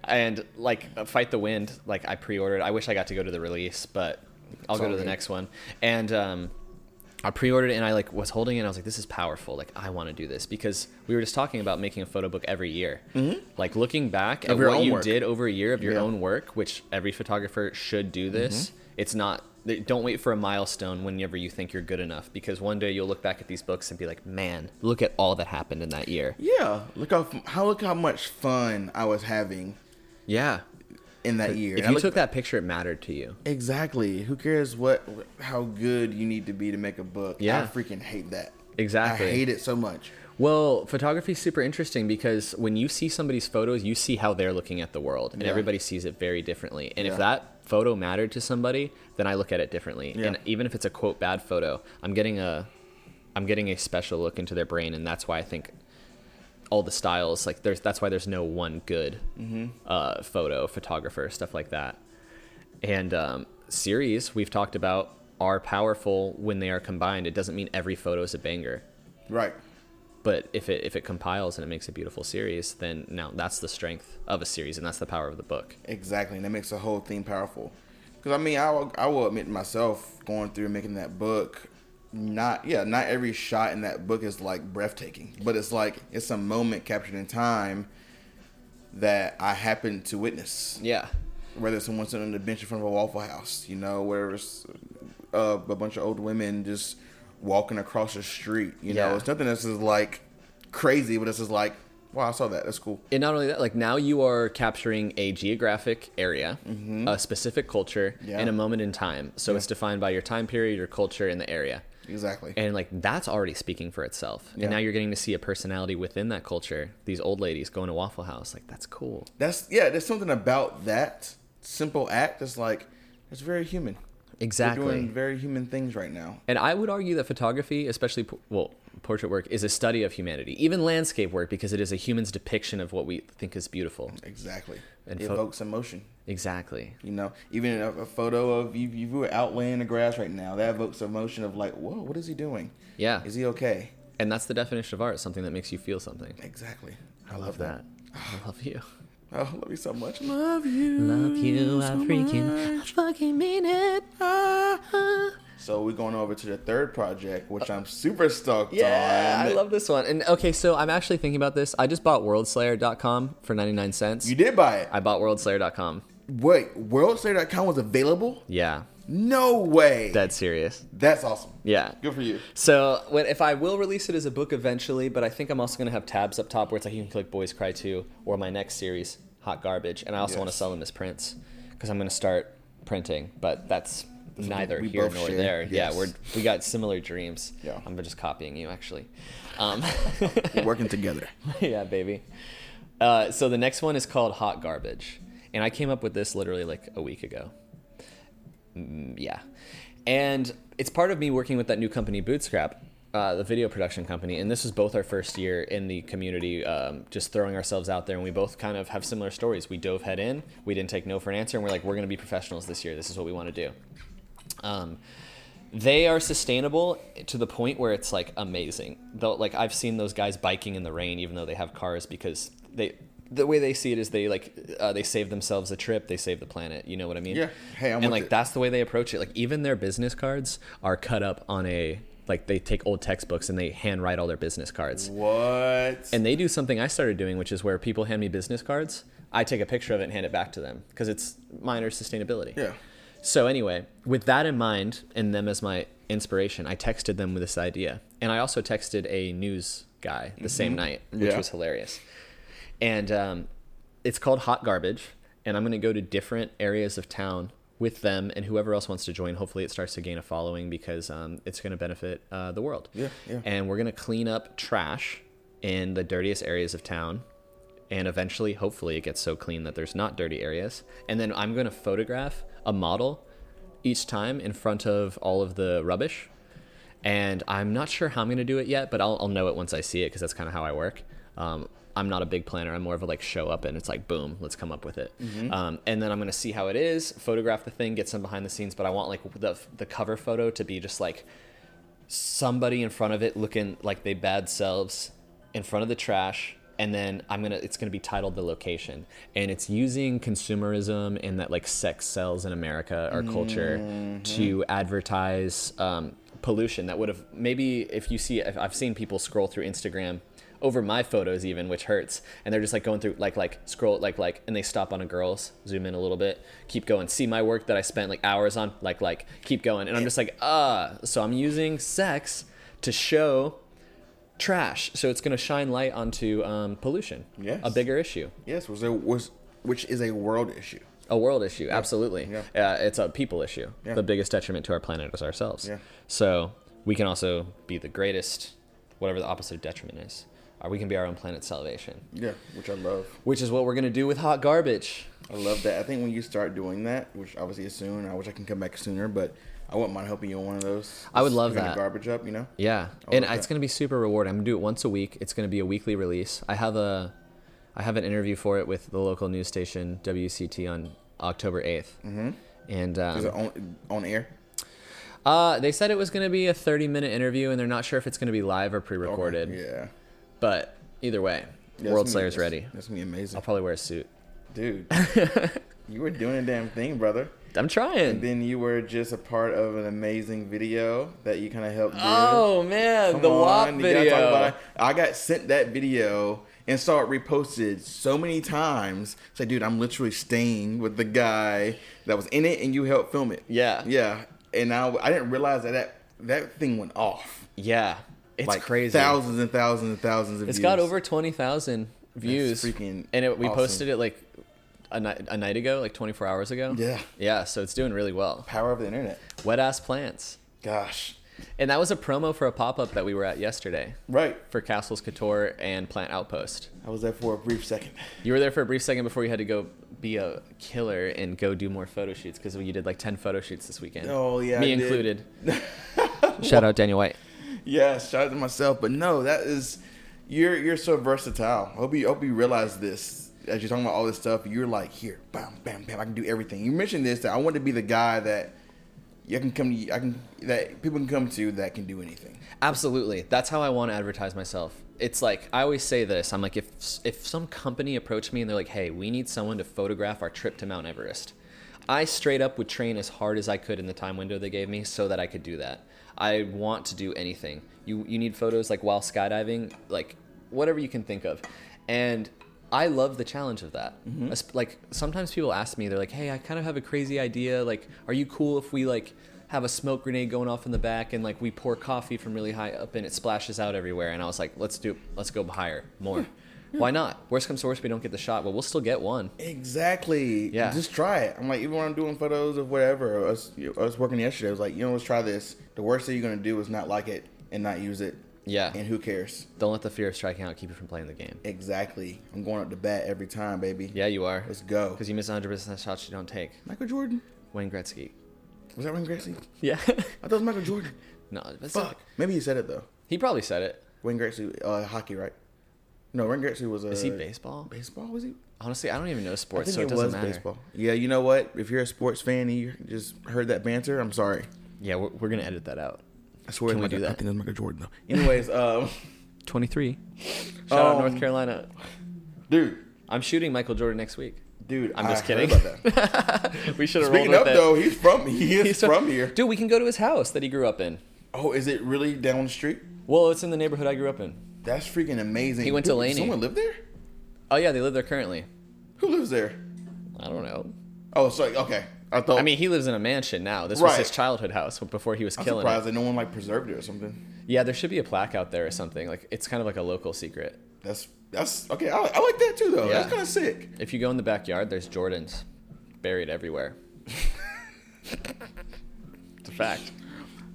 And like uh, Fight the Wind, like I pre-ordered. I wish I got to go to the release, but I'll go all to the good. next one. And um I pre-ordered it and I like was holding it and I was like this is powerful. Like I want to do this because we were just talking about making a photo book every year. Mm-hmm. Like looking back at your what own you work. did over a year of your Yeah. Mm-hmm. own work, which every photographer should do this. It's not they- don't wait for a milestone whenever you think you're good enough because one day you'll look back at these books and be like, "Man, look at all that happened in that year." Yeah. Look how f- how look how much fun I was having Yeah. in that year. If And I you look took that picture, it mattered to you. Exactly. Who cares what how good you need to be to make a book? I Yeah. freaking hate that. Exactly. I hate it so much. Well, photography is super interesting because when you see somebody's photos, you see how they're looking at the world, and Yeah. everybody sees it very differently. And Yeah. if that photo mattered to somebody, then I look at it differently. Yeah. And even if it's a quote bad photo, I'm getting a I'm getting a special look into their brain, and that's why I think all the styles like there's that's why there's no one good Mm-hmm. uh, photo photographer stuff like that. And um, series we've talked about are powerful when they are combined. It doesn't mean every photo is a banger Right. but if it if it compiles and it makes a beautiful series then now that's the strength of a series and that's the power of the book Exactly. And that makes the whole thing powerful. Because I mean, I will, I will admit to myself going through and making that book. Not yeah, not every shot in that book is like breathtaking, but it's like it's a moment captured in time that I happened to witness. yeah whether it's someone sitting on the bench in front of a Waffle House, you know, whether it's uh, a bunch of old women just walking across the street, you know, Yeah. it's nothing that's just like crazy, but it's just like, wow, I saw that. That's cool. and not only that like now you are capturing a geographic area a specific culture Mm-hmm. Yeah. and a moment in time so it's defined by your time period your culture and the area Exactly. and like that's already speaking for itself Yeah. and now you're getting to see a personality within that culture these old ladies going to waffle house like that's cool that's yeah. There's something about that simple act that's like it's very human. exactly We're doing very human things right now. And I would argue that photography, especially po- well, portrait work, is a study of humanity. Even landscape work, because it is a human's depiction of what we think is beautiful. Exactly. And it fo- evokes emotion. Exactly. You know, even a, a photo of you, you were out laying in the grass right now, that evokes emotion of like, whoa, what is he doing? Yeah. Is he okay? And that's the definition of art: something that makes you feel something. Exactly. I love that. I love you. Oh, I love you so much. Love you. Love you, I freaking, I fucking mean it. Ah. So we're going over to the third project, which I'm super stoked on. I love this one. And okay, so I'm actually thinking about this. I just bought WorldSlayer.com for 99 cents. You did buy it. I bought WorldSlayer.com. Wait, worldslayer.com was available? Yeah, No way. dead serious. That's awesome. Yeah. Good for you. So when, if I will release it as a book eventually, but I think I'm also gonna have tabs up top where it's like you can click Boys Cry 2 or my next series, Hot Garbage, and I also want to Yes. sell them as prints because I'm gonna start printing, but that's neither we here both nor share, there. yes. Yeah, we're we got similar dreams. Yeah. I'm just copying you actually. (laughs) Um, We're working together. (laughs) yeah, baby. Uh, so the next one is called Hot Garbage, and I came up with this literally like a week ago. Mm, yeah, and it's part of me working with that new company Bootstrap, uh, the video production company, and this was both our first year in the community, um, just throwing ourselves out there, and we both kind of have similar stories. We dove head in, we didn't take no for an answer, and we're like, we're gonna be professionals this year. This is what we want to do. Um, they are sustainable to the point where it's like amazing. Though, like I've seen those guys biking in the rain, even though they have cars, because they the way they see it is they like uh, they save themselves a trip, they save the planet. You know what I mean? Yeah. Hey, I'm and with like it. that's the way they approach it. Like even their business cards are cut up on a like they take old textbooks and they handwrite all their business cards. (laughs) What? And they do something I started doing, which is where people hand me business cards. I take a picture of it and hand it back to them because it's minor sustainability. yeah. So anyway, with that in mind and them as my inspiration, I texted them with this idea. And I also texted a news guy the same night, which Mm-hmm. Yeah. was hilarious. And um, it's called Hot Garbage. And I'm going to go to different areas of town with them and whoever else wants to join. Hopefully, it starts to gain a following because um, it's going to benefit uh, the world. Yeah, yeah. And we're going to clean up trash in the dirtiest areas of town and eventually hopefully it gets so clean that there's not dirty areas and then i'm going to photograph a model each time in front of all of the rubbish and i'm not sure how i'm going to do it yet but i'll, I'll know it once i see it because that's kind of how i work um, i'm not a big planner i'm more of a like show up and it's like boom let's come up with it um, and then i'm going to see how it is photograph the thing get some behind the scenes but i want like the, the cover photo to be just like somebody in front of it looking like they bad selves in front of the trash and then i'm gonna it's gonna be titled the location and it's using consumerism and that like sex sells in america our culture to advertise um, pollution that would have maybe if you see if i've seen people scroll through instagram over my photos even which hurts and they're just like going through like like scroll like like and they stop on a girl's zoom in a little bit keep going see my work that i spent like hours on like like keep going and i'm just like ah so i'm using sex to show trash so it's going to shine light onto um, pollution Yes. a bigger issue Yes, was there was which is a world issue. A world issue, absolutely. Yeah. Uh, it's a people issue. Yeah. The biggest detriment to our planet is ourselves. Yeah. So we can also be the greatest, whatever the opposite of detriment is. Or we can be our own planet's salvation, Yeah, which I love. which is what we're gonna do with hot garbage. I love that. I think when you start doing that, which obviously is soon, I wish I can come back sooner, but I wouldn't mind helping you on one of those. I would love Picking the that. Garbage up, you know. Yeah, and Oh, okay. it's gonna be super rewarding. I'm gonna do it once a week. It's gonna be a weekly release. I have a, I have an interview for it with the local news station WCT on October 8th Mm-hmm. And um, Is it on on air? Uh, they said it was going to be a 30 minute interview, and they're not sure if it's going to be live or pre recorded. Yeah. But either way, Yeah, World that's gonna be- Slayer's ready. That's gonna be amazing, I'll probably wear a suit. (laughs) dude. you were doing a damn thing, brother. I'm trying. Then you were just a part of an amazing video that you kind of helped. do. Oh, man. Come the on, WAP you gotta talk about video. it. I got sent that video and saw it reposted so many times. It's like, dude, I'm literally staying with the guy that was in it, and you helped film it. Yeah. yeah. And I, I didn't realize that that, that thing went off. Yeah. It's like crazy. Thousands and thousands and thousands of. It's views. got over 20,000 views. freaking and it, we awesome. posted it like a night, a night ago, like 24 hours ago. Yeah. Yeah. So it's doing really well. power of the internet. Wet ass plants. Gosh, And that was a promo for a pop up that we were at yesterday right. for Castles Couture and Plant Outpost. I was there for a brief second. You were there for a brief second before you had to go be a killer and go do more photo shoots because you did like 10 photo shoots this weekend. Oh, yeah, Me I did. included. (laughs) Shout out Daniel White. Yeah, shout out to myself. But no, that is you're you're so versatile. Hope you hope you realize this as you're talking about all this stuff. You're like here, bam, bam, bam. I can do everything. You mentioned this that I want to be the guy that you can come to. I can that people can come to that can do anything. Absolutely. That's how I want to advertise myself. It's like I always say this. I'm like if if some company approached me and they're like, "Hey, we need someone to photograph our trip to Mount Everest." I straight up would train as hard as I could in the time window they gave me so that I could do that. I want to do anything. You you need photos like while skydiving, like whatever you can think of. And I love the challenge of that. As- Like sometimes people ask me, they're like, "Hey, I kind of have a crazy idea. Like, are you cool if we like have a smoke grenade going off in the back and like we pour coffee from really high up and it splashes out everywhere?" And I was like, "Let's do. Let's go higher, more. Why not? Worst comes to worst, we don't get the shot, but we'll still get one." Exactly. Yeah. Just try it. I'm like, even when I'm doing photos of whatever, or us, you know, us working yesterday, I was like, you know, let's try this. The worst thing you're gonna do is not like it and not use it. Yeah. And who cares? Don't let the fear of striking out keep you from playing the game. Exactly. I'm going up to bat every time, baby. Yeah, you are. Let's go. Because you miss 100% shots you don't take. Michael Jordan. Wayne Gretzky. Was that Wayne Gretzky? Yeah. I thought it was Michael Jordan. (laughs) no, that's Fuck. Maybe he said it though. He probably said it. Wayne Gretzky, uh, hockey, right? No, Wayne Gretzky was a. Is he baseball? Baseball was he? Honestly, I don't even know Uh, I think sports, so it, it doesn't was matter. baseball. Yeah, you know what? If you're a sports fan and you just heard that banter, I'm sorry. Yeah, we're, we're gonna edit that out. I swear. Can it's Michael- we do that? I think it's Michael Jordan though. Anyways, (laughs) um, Twenty-three. Shout out Um, North Carolina. dude, I'm shooting Michael Jordan next week. dude, I'm just I kidding. heard (laughs) about that. we should have rolled Speaking with up it. (laughs) though, he's from he is He's from here. Dude, we can go to his house that he grew up in. Oh, is it really down the street? Well, it's in the neighborhood I grew up in. That's freaking amazing. He went to Dude, Laney. Someone lived there? Oh yeah, they live there currently. Who lives there? I don't know. Oh, sorry. Okay, I thought. I mean, he lives in a mansion now. This was Right. his childhood house before he was I'm killing surprised it. that no one like preserved it or something. Yeah, there should be a plaque out there or something. Like it's kind of like a local secret. That's that's okay. I, I like that too, though. Yeah. That's kind of sick. If you go in the backyard, there's Jordans buried everywhere. (laughs) it's a fact.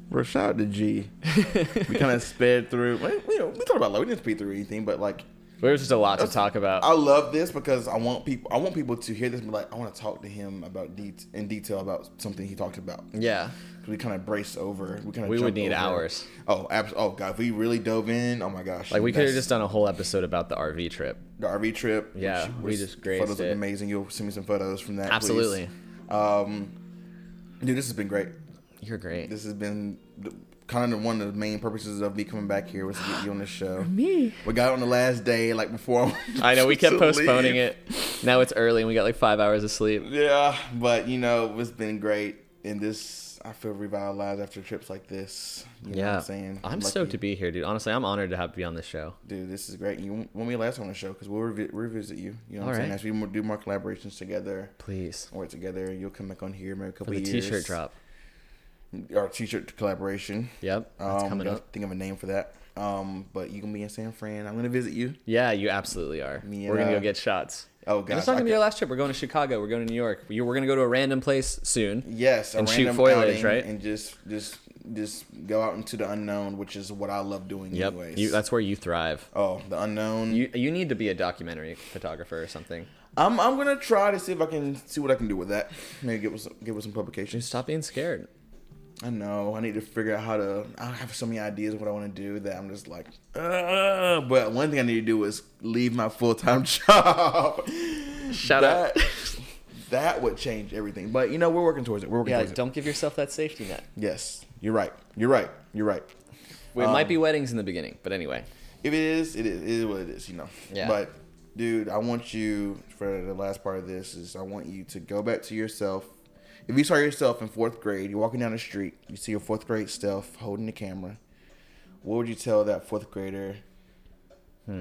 Bro, shout out to (laughs) G. we kind of sped through. We, we, we talked about like, we didn't speed through anything, but like There's just a lot to talk about. I love this because I want people. I want people to hear this and be like, I want to talk to him about det in detail about something he talked about. yeah. We kind of braced over. We kind of We would need hours. Oh, abs- oh god, if we really dove in. Oh my gosh, Like we could have That's- just done a whole episode about the RV trip. the RV trip. Yeah, we just grazed photos it. look amazing. You'll send me some photos from that. please. Absolutely. Um, dude, this has been great. You're great. this has been kind of one of the main purposes of me coming back here was to get you on the show. me. We got on the last day, like before. (laughs) I know we kept to postponing leave. it. Now it's early and we got like five hours of sleep. Yeah, but you know, it's been great. And this, I feel revitalized after trips like this. You know yeah. what I'm saying? I'm lucky. stoked to be here, dude. Honestly, I'm honored to have be on this show. Dude, this is great. You want me last on the show because we'll revi- revisit you. You know what All I'm saying? right. As we more- do more collaborations together, Please. work together, you'll come back on here maybe a couple For the years. t-shirt drop. our t-shirt collaboration. Yep, that's Um, coming gotta up. Think of a name for that. Um, but you can be in San Fran. I'm gonna visit you. Yeah, you absolutely are. Me and, we're gonna uh, go get shots. Oh, And gosh, it's not gonna I be could- our last trip. We're going to Chicago. We're going to New York. You- We're gonna go to a random place soon. Yes, a And shoot random foliage, outing right? And just just just go out into the unknown, which is what I love doing. Yep, anyways. you, that's where you thrive. oh the unknown. You you need to be a documentary photographer or something. I'm I'm gonna try to see if I can see what I can do with that. Maybe get with some, get with some publications. Stop being scared. I know I need to figure out how to. I have so many ideas of what I want to do that I'm just like, uh, but one thing I need to do is leave my full time (laughs) job. Shout out. that, That would change everything. But you know we're working towards it. We're working Yeah, towards it. don't give yourself that safety net. Yes, you're right. You're right. You're right. It might be weddings in the beginning, but anyway. If it is, it is, it is what it is. You know. Yeah. But dude, I want you for the last part of this is I want you to go back to yourself. If you saw yourself in fourth grade, you're walking down the street, you see your fourth grade self holding the camera. What would you tell that fourth grader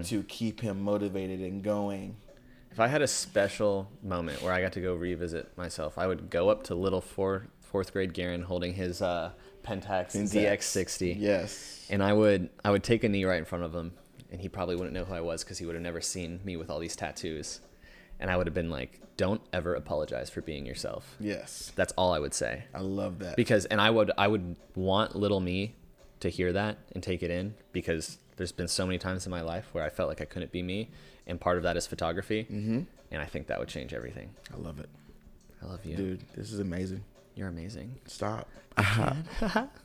to keep him motivated and going? If I had a special moment where I got to go revisit myself, I would go up to little four, fourth grade Garen holding his uh, Pentax, DX60, Yes. and I would I would take a knee right in front of him, and he probably wouldn't know who I was because he would have never seen me with all these tattoos, and I would have been like, "Don't ever apologize for being yourself." Yes. That's all I would say I love that. because and I would I would want little me to hear that and take it in because there's been so many times in my life where I felt like I couldn't be me, and part of that is photography, mm-hmm. and I think that would change everything. I love it. I love you, Dude, this is amazing. You're amazing. Stop. (laughs)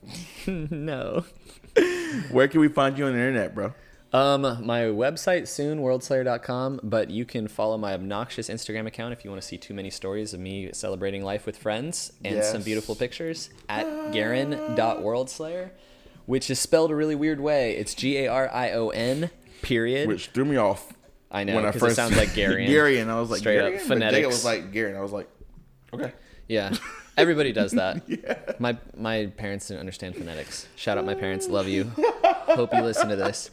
no. Where can we find you on the internet, bro? Um, my website soon, worldslayer.com, but you can follow my obnoxious Instagram account if you want to see too many stories of me celebrating life with friends and some Yes. beautiful pictures at garen.worldslayer, which is spelled a really weird way. It's G A R I O N, period. Which threw me off. I know, 'cause it sounds (laughs) (laughs) like Garian. Garian. I was like, Straight up Garian? But Jacob phonetics. was like, Garian. I was like, okay. Yeah. Everybody (laughs) does that. My my parents didn't understand phonetics. Shout out my parents. Love you. Hope you listen to this.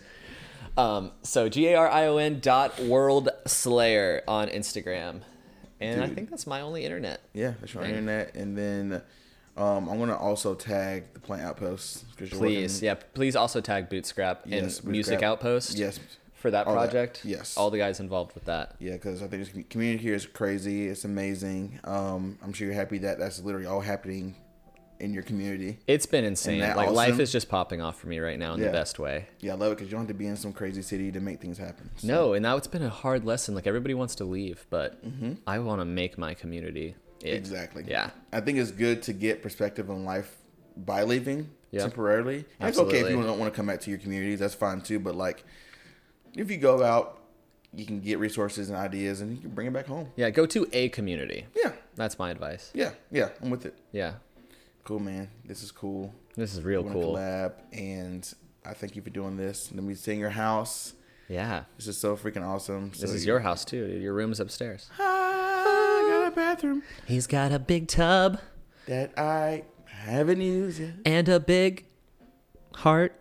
Um, so G A R I O N dot world slayer on Instagram. And I Dude. think that's my only internet. Yeah, that's your Thank- internet. And then um, I'm going to also tag the Plant Outpost. 'cause you're Please. working- Yeah, please also tag Bootstrap and Yes, Bootstrap. Music Outpost. Yes. For that All that. project. Yes. All the guys involved with that. Yeah, because I think this commu- community here is crazy. It's amazing. Um, I'm sure you're happy that that's literally all happening in your community. It's been insane. that Like life awesome? is just popping off for me right now in Yeah. the best way. Yeah, I love it because you don't have to be in some crazy city to make things happen. So, No, and that's been a hard lesson. Like everybody wants to leave, but Mm-hmm. I want to make my community. it. Exactly. Yeah. I think it's good to get perspective on life by leaving Yeah. temporarily. And it's okay if you Absolutely. don't want to come back to your communities. That's fine too. But like, if you go out, you can get resources and ideas, and you can bring it back home. Yeah, go to a community. Yeah, That's my advice. yeah, yeah. I'm with it. Yeah. Cool, man. This is cool. This is real We're gonna cool. collab, and I thank you for doing this. Let me stay in your house. Yeah. This is so freaking awesome. This So is you- your house too. Your room's upstairs. Ah, I got a bathroom He's got a big tub that I haven't used yet. and a big heart.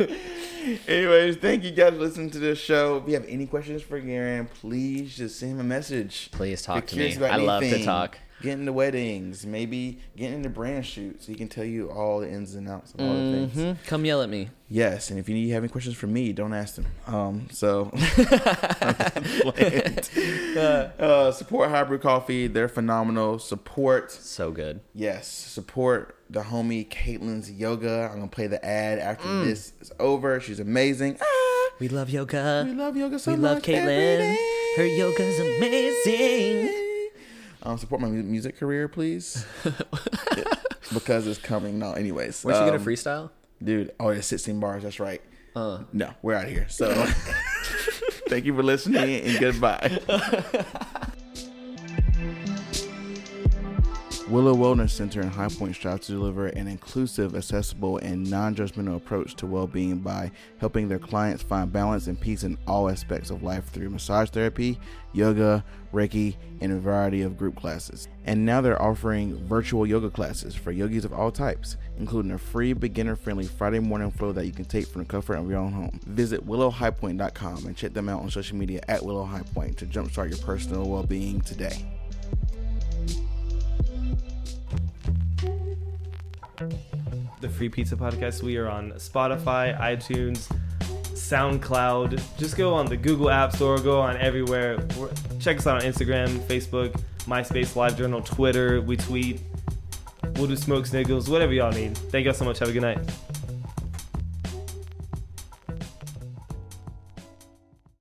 Anyways, thank you guys for listening to this show. If you have any questions for Garen, please just send him a message. Please If talk you're to curious me. about I love to talk. Getting to weddings, maybe getting into brand shoots, so he can tell you all the ins and outs of all the things. Hmm? Come yell at me. Yes, and if you need have any questions for me, don't ask them. Um, (laughs) so (laughs) uh, support Hybrid Coffee; they're phenomenal. Support, So good. yes, support the homie Caitlin's yoga. I'm gonna play the ad after Mm. this is over. She's amazing. Ah! We love yoga. We love yoga so We much. love Caitlin. every Her yoga's amazing. day. Um, support my mu- music career, (laughs) please. because it's coming. No, anyways. Where'd you get um, a freestyle? Dude, oh, it's 16 bars. That's right. Uh. No, we're out of here. (laughs) So (laughs) thank you for listening and goodbye. Willow Wellness Center in High Point strives to deliver an inclusive, accessible, and non judgmental approach to well being by helping their clients find balance and peace in all aspects of life through massage therapy, yoga, Reiki, and a variety of group classes. And now they're offering virtual yoga classes for yogis of all types, including a free beginner friendly Friday morning flow that you can take from the comfort of your own home. Visit willowhighpoint.com and check them out on social media at Willow High Point to jumpstart your personal well being today. the Free Pizza Podcast. We are on Spotify, iTunes, SoundCloud. Just go on the Google App Store, go on everywhere. We're- Check us out on Instagram, Facebook, MySpace, Live Journal, Twitter. We tweet. We'll do smoke signals, whatever y'all need. Thank y'all so much. Have a good night.